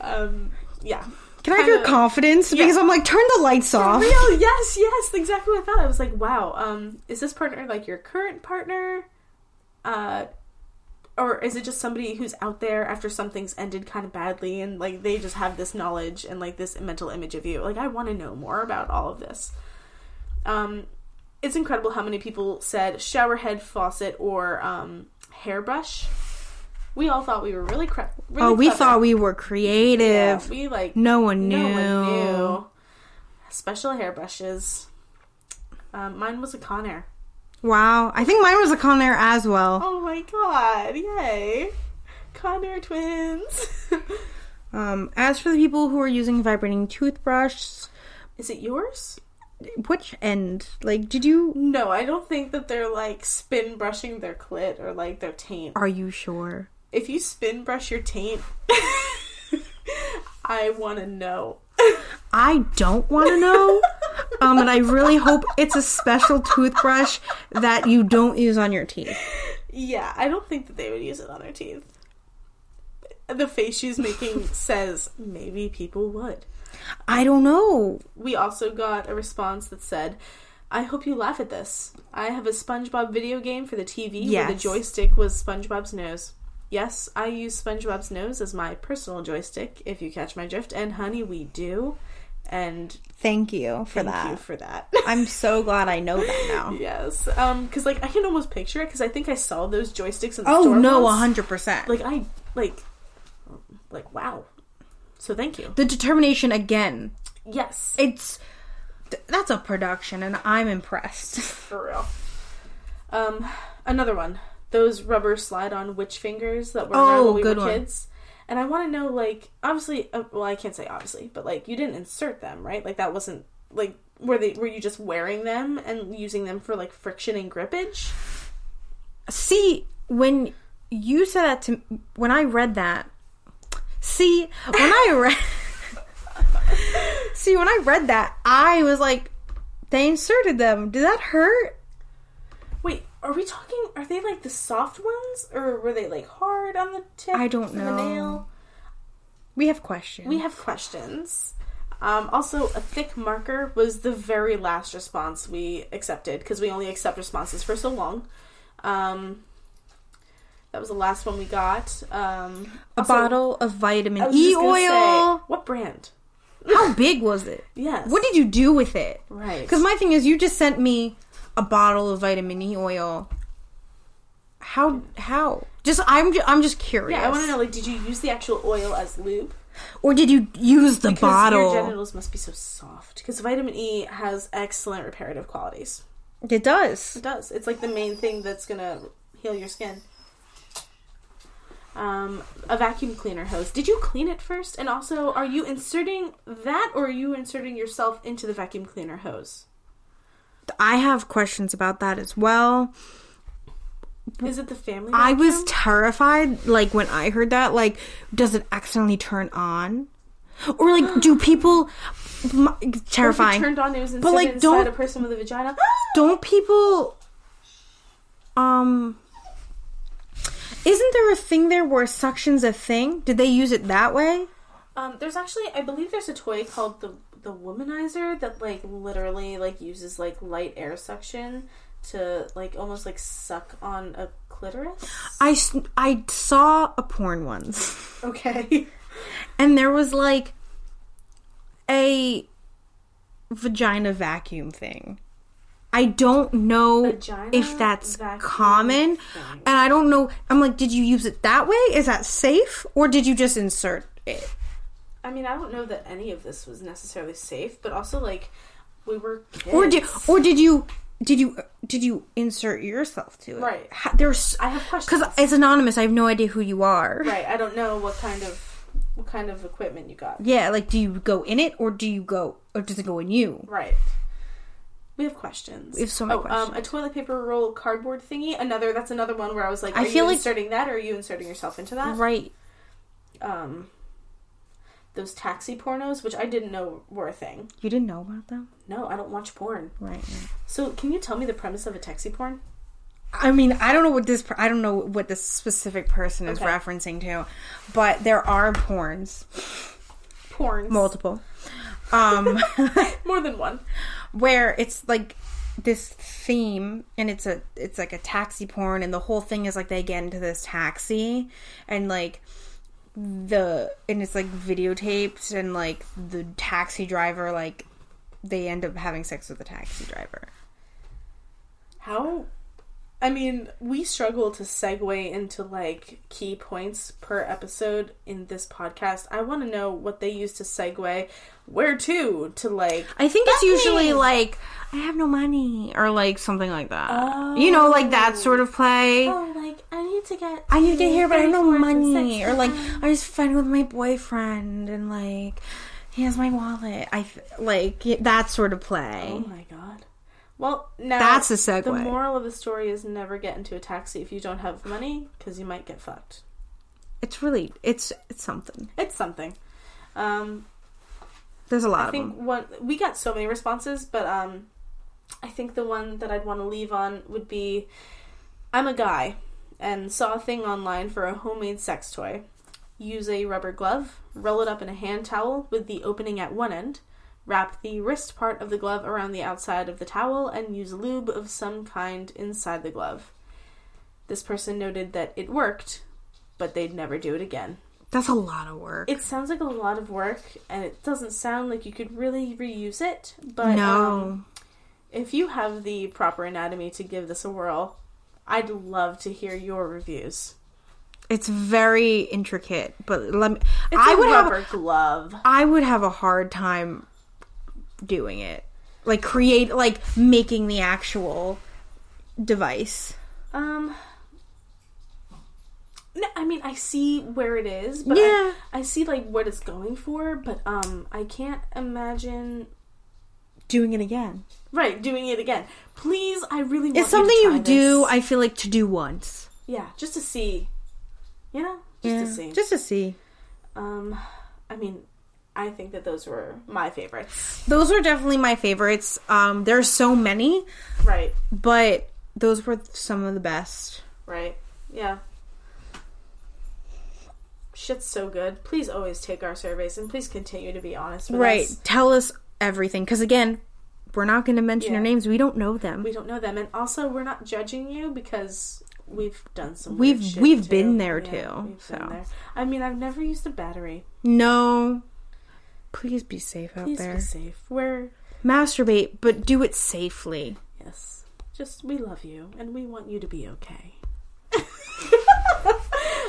S1: Um, yeah.
S2: Can I have your
S1: Kinda-
S2: confidence? Because I'm like, turn the lights off.
S1: real yes yes exactly what i thought i was like wow um is this partner like your current partner uh or is it just somebody who's out there after something's ended kind of badly and like they just have this knowledge and like this mental image of you like i want to know more about all of this um it's incredible how many people said showerhead faucet or um hairbrush we all thought we were really cre- really
S2: Oh, we
S1: clever.
S2: thought we were creative.
S1: Yeah, we like
S2: No one knew.
S1: no one knew. Special hairbrushes. Um, mine was a Conair.
S2: Wow. I think mine was a Conair as well.
S1: Oh my god! Yay, Conair twins. [laughs]
S2: Um, as for the people who are using vibrating toothbrushes,
S1: Is it yours?
S2: which end? Like, did you?
S1: No, I don't think that they're like spin brushing their clit or like their taint.
S2: Are you sure?
S1: If you spin brush your taint, [laughs] I want to know. [laughs]
S2: I don't want to [laughs] know. um, and I really hope it's a special toothbrush that you don't use on your teeth.
S1: Yeah, I don't think that they would use it on their teeth. The face she's [laughs] making says maybe people would.
S2: I don't know.
S1: We also got a response that said, I hope you laugh at this. I have a SpongeBob video game for the TV where the
S2: Yes.
S1: joystick was SpongeBob's nose. Yes, I use SpongeBob's nose as my personal joystick, if you catch my drift. And honey, we do. And
S2: Thank you for
S1: thank
S2: that.
S1: you for that.
S2: I'm so glad I know that now.
S1: [laughs] yes. Um, because like I can almost picture it because I think I saw those joysticks in the
S2: Oh
S1: store.
S2: no,
S1: once.
S2: hundred percent.
S1: Like I like, like wow. So thank you.
S2: The determination again.
S1: Yes.
S2: It's th- that's a production, and I'm impressed. [laughs]
S1: For real. Um, another one. Those rubber slide-on witch fingers that were around
S2: Oh,
S1: when we
S2: good
S1: were
S2: one.
S1: kids. And I want to know, like, obviously, uh, well, I can't say obviously, but like, you didn't insert them, right? Like, that wasn't like were they were you just wearing them and using them for like friction and grippage?
S2: See, when you said that to when I read that, see, when I read, [laughs] see, when I read that, I was like, they inserted them. Did that hurt?
S1: Wait, are we talking? Are they like the soft ones, or were they like hard on the tip?
S2: I don't
S1: for
S2: know.
S1: The nail?
S2: We have questions.
S1: We have questions. Um, also, a thick marker was the very last response we accepted because we only accept responses for so long. Um, that was the last one we got. Um,
S2: a
S1: also-
S2: bottle of
S1: I
S2: vitamin
S1: was
S2: E
S1: just gonna [laughs]
S2: oil.
S1: say, what brand?
S2: How big was it?
S1: Yes.
S2: What did you do with it?
S1: right?
S2: Because my thing is, you just sent me a bottle of vitamin E oil. How? How? Just I'm. Ju- I'm just curious.
S1: yeah, I want to know. Like, did you use the actual oil as lube?
S2: Or did you use the
S1: 'Cause
S2: bottle?
S1: Your genitals must be so soft because vitamin E has excellent reparative qualities.
S2: it does.
S1: It does. It's like the main thing that's gonna heal your skin. Um, a vacuum cleaner hose. Did you clean it first? And also, are you inserting that or are you inserting yourself into the vacuum cleaner hose?
S2: I have questions about that as well.
S1: Is it the family?
S2: I was
S1: vacuum?
S2: terrified, like when I heard that. Like, does it accidentally turn on? Or like, do people? My,
S1: Or if it
S2: terrifying.
S1: turned on. It was inserted
S2: But, like,
S1: inside
S2: don't-
S1: a person with a vagina.
S2: don't people um isn't there a thing there where suction's a thing did they use it that way
S1: Um, there's actually, I believe, there's a toy called the the womanizer that like literally like uses like light air suction to like almost like suck on a clitoris.
S2: i s- I saw a porn once
S1: [laughs]
S2: [laughs]
S1: Okay.
S2: and there was like a vagina vacuum thing I don't know
S1: Vagina
S2: if that's
S1: vacuum
S2: common.
S1: thing.
S2: And I don't know. I'm like, did you use it that way? Is that safe? Or did you just insert it?
S1: I mean, I don't know that any of this was necessarily safe, but also like we were kids.
S2: Or did or did you did you did you insert yourself to it?
S1: Right.
S2: Ha- There's
S1: I have questions.
S2: because it's anonymous. I have no idea who you are.
S1: right, I don't know what kind of what kind of equipment you got.
S2: Yeah, like do you go in it or do you go or does it go in you?
S1: Right. We have questions.
S2: We have so many
S1: Um, a toilet paper roll cardboard thingy. Another. That's another one where I was like,
S2: I
S1: are
S2: feel
S1: you
S2: like-
S1: inserting that, or are you inserting yourself into that?
S2: Right.
S1: Um, those taxi pornos, which I didn't know were a thing.
S2: You didn't know about them?
S1: No, I don't watch porn.
S2: Right.
S1: So, can you tell me the premise of a taxi porn?
S2: I mean, I don't know what this per- I don't know what this specific person is
S1: Okay.
S2: referencing to, but there are porns,
S1: Porns.
S2: multiple. Um [laughs]
S1: More than one.
S2: where it's like this theme and it's a it's like a taxi porn and the whole thing is like they get into this taxi and like the and it's like videotaped and like the taxi driver like they end up having sex with the taxi driver.
S1: How? I mean, we struggle to segue into like key points per episode in this podcast. I want to know what they use to segue where to to like.
S2: I think it's usually
S1: me.
S2: like I have no money or like something like that. You know, like that sort of play.
S1: Oh, like I need to get.
S2: I need to
S1: paid
S2: hear, but I have no
S1: 34 and
S2: money. Or like,
S1: 65.
S2: I was fighting with my boyfriend, and like, he has my wallet. I f- like that sort of play.
S1: Oh my god. Well, now
S2: That's a segue.
S1: The moral of the story is never get into a taxi if you don't have money because you might get fucked.
S2: It's really, it's it's something.
S1: It's something. Um,
S2: There's a lot
S1: I
S2: of
S1: think
S2: them.
S1: one we got so many responses, but um, I think the one that I'd want to leave on would be, I'm a guy, and saw a thing online for a homemade sex toy. Use a rubber glove, roll it up in a hand towel with the opening at one end, wrap the wrist part of the glove around the outside of the towel, and use lube of some kind inside the glove. This person noted that it worked, but they'd never do it again.
S2: That's a lot of work.
S1: It sounds like a lot of work, and it doesn't sound like you could really reuse it. But
S2: no,
S1: um, if you have the proper anatomy to give this a whirl, I'd love to hear your reviews.
S2: it's very intricate. But let me.
S1: It's
S2: I
S1: a
S2: would have.
S1: rubber glove.
S2: I would have a hard time doing it. Like create, like making the actual device.
S1: Um, no, I mean I see where it is, but
S2: Yeah.
S1: I, I see like what it's going for, but um, I can't imagine
S2: Doing it again.
S1: right doing it again. Please, I really want
S2: It's something
S1: you, to
S2: you,
S1: try
S2: do.
S1: this.
S2: I feel like to do once.
S1: yeah, just to see, you know, just to see,
S2: Just to see.
S1: Um, I mean, I think that those were my
S2: [laughs]
S1: favorites.
S2: Those are definitely my favorites. Um, there's so many,
S1: Right,
S2: but those were some of the best.
S1: right, yeah. Shit's so good. Please always take our surveys and please continue to be honest with
S2: Right.
S1: us.
S2: Tell us everything, because again, we're not going to mention
S1: Yeah.
S2: their names. We don't know them.
S1: We don't know them, and also we're not judging you because we've done some.
S2: We've-
S1: weird shit
S2: we've
S1: too.
S2: been there,
S1: Yeah,
S2: too,
S1: we've been
S2: so.
S1: there. I mean, I've never used a battery.
S2: No. Please be safe out
S1: Please
S2: there.
S1: be safe. We're
S2: Masturbate, but do it safely.
S1: yes, just we love you and we want you to be okay. [laughs]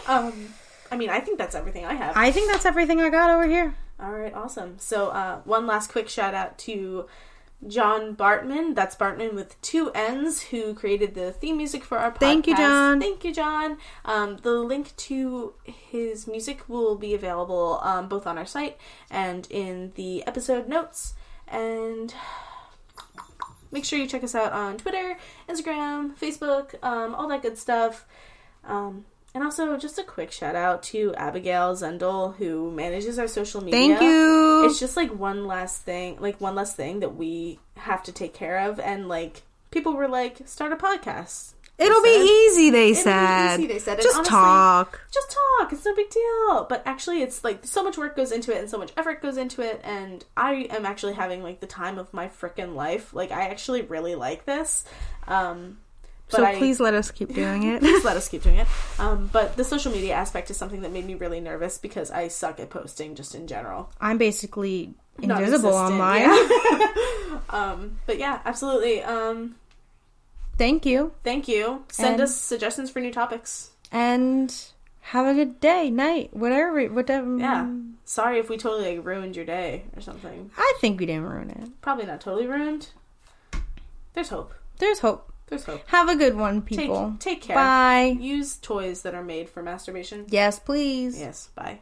S1: um, I mean, I think that's everything I have.
S2: I think that's everything I got over here.
S1: All right, awesome. So, uh, one last quick shout out to John Bartman. That's Bartman with two N's, who created the theme music for our podcast.
S2: Thank you, John.
S1: Thank you, John. Um, the link to his music will be available um, both on our site and in the episode notes. And [sighs] make sure you check us out on Twitter, Instagram, Facebook, um, all that good stuff. Um, and also, just a quick shout out to Abigail Zendel, who manages our social media.
S2: Thank you.
S1: It's just like one last thing, like one less thing that we have to take care of. And like, people were like, start a podcast.
S2: It'll be
S1: said.
S2: easy, they
S1: be
S2: said.
S1: easy, they said. And
S2: Just
S1: honestly-
S2: talk.
S1: Just talk, it's no big deal. But actually, it's like so much work goes into it and so much effort goes into it. And I am actually having like the time of my freaking life. Like, I actually really like this. Um, but
S2: So
S1: I-
S2: please let us keep doing
S1: [laughs]
S2: it. [laughs]
S1: please let us keep doing it. Um, but the social media aspect is something that made me really nervous because I suck at posting just in general.
S2: I'm basically invisible
S1: Non-existent,
S2: online.
S1: yeah. [laughs] um, but yeah, absolutely. Um,
S2: [laughs] Thank you,
S1: thank you. Send
S2: And-
S1: us suggestions for new topics.
S2: and have a good day, night, whatever, whatever.
S1: Yeah. Sorry if we totally like, ruined your day or something.
S2: I think we didn't ruin it.
S1: Probably not totally ruined. There's hope.
S2: There's hope.
S1: There's hope.
S2: Have a good one, people.
S1: Take take care.
S2: Bye.
S1: Use toys that are made for masturbation.
S2: Yes, please.
S1: Yes. Bye.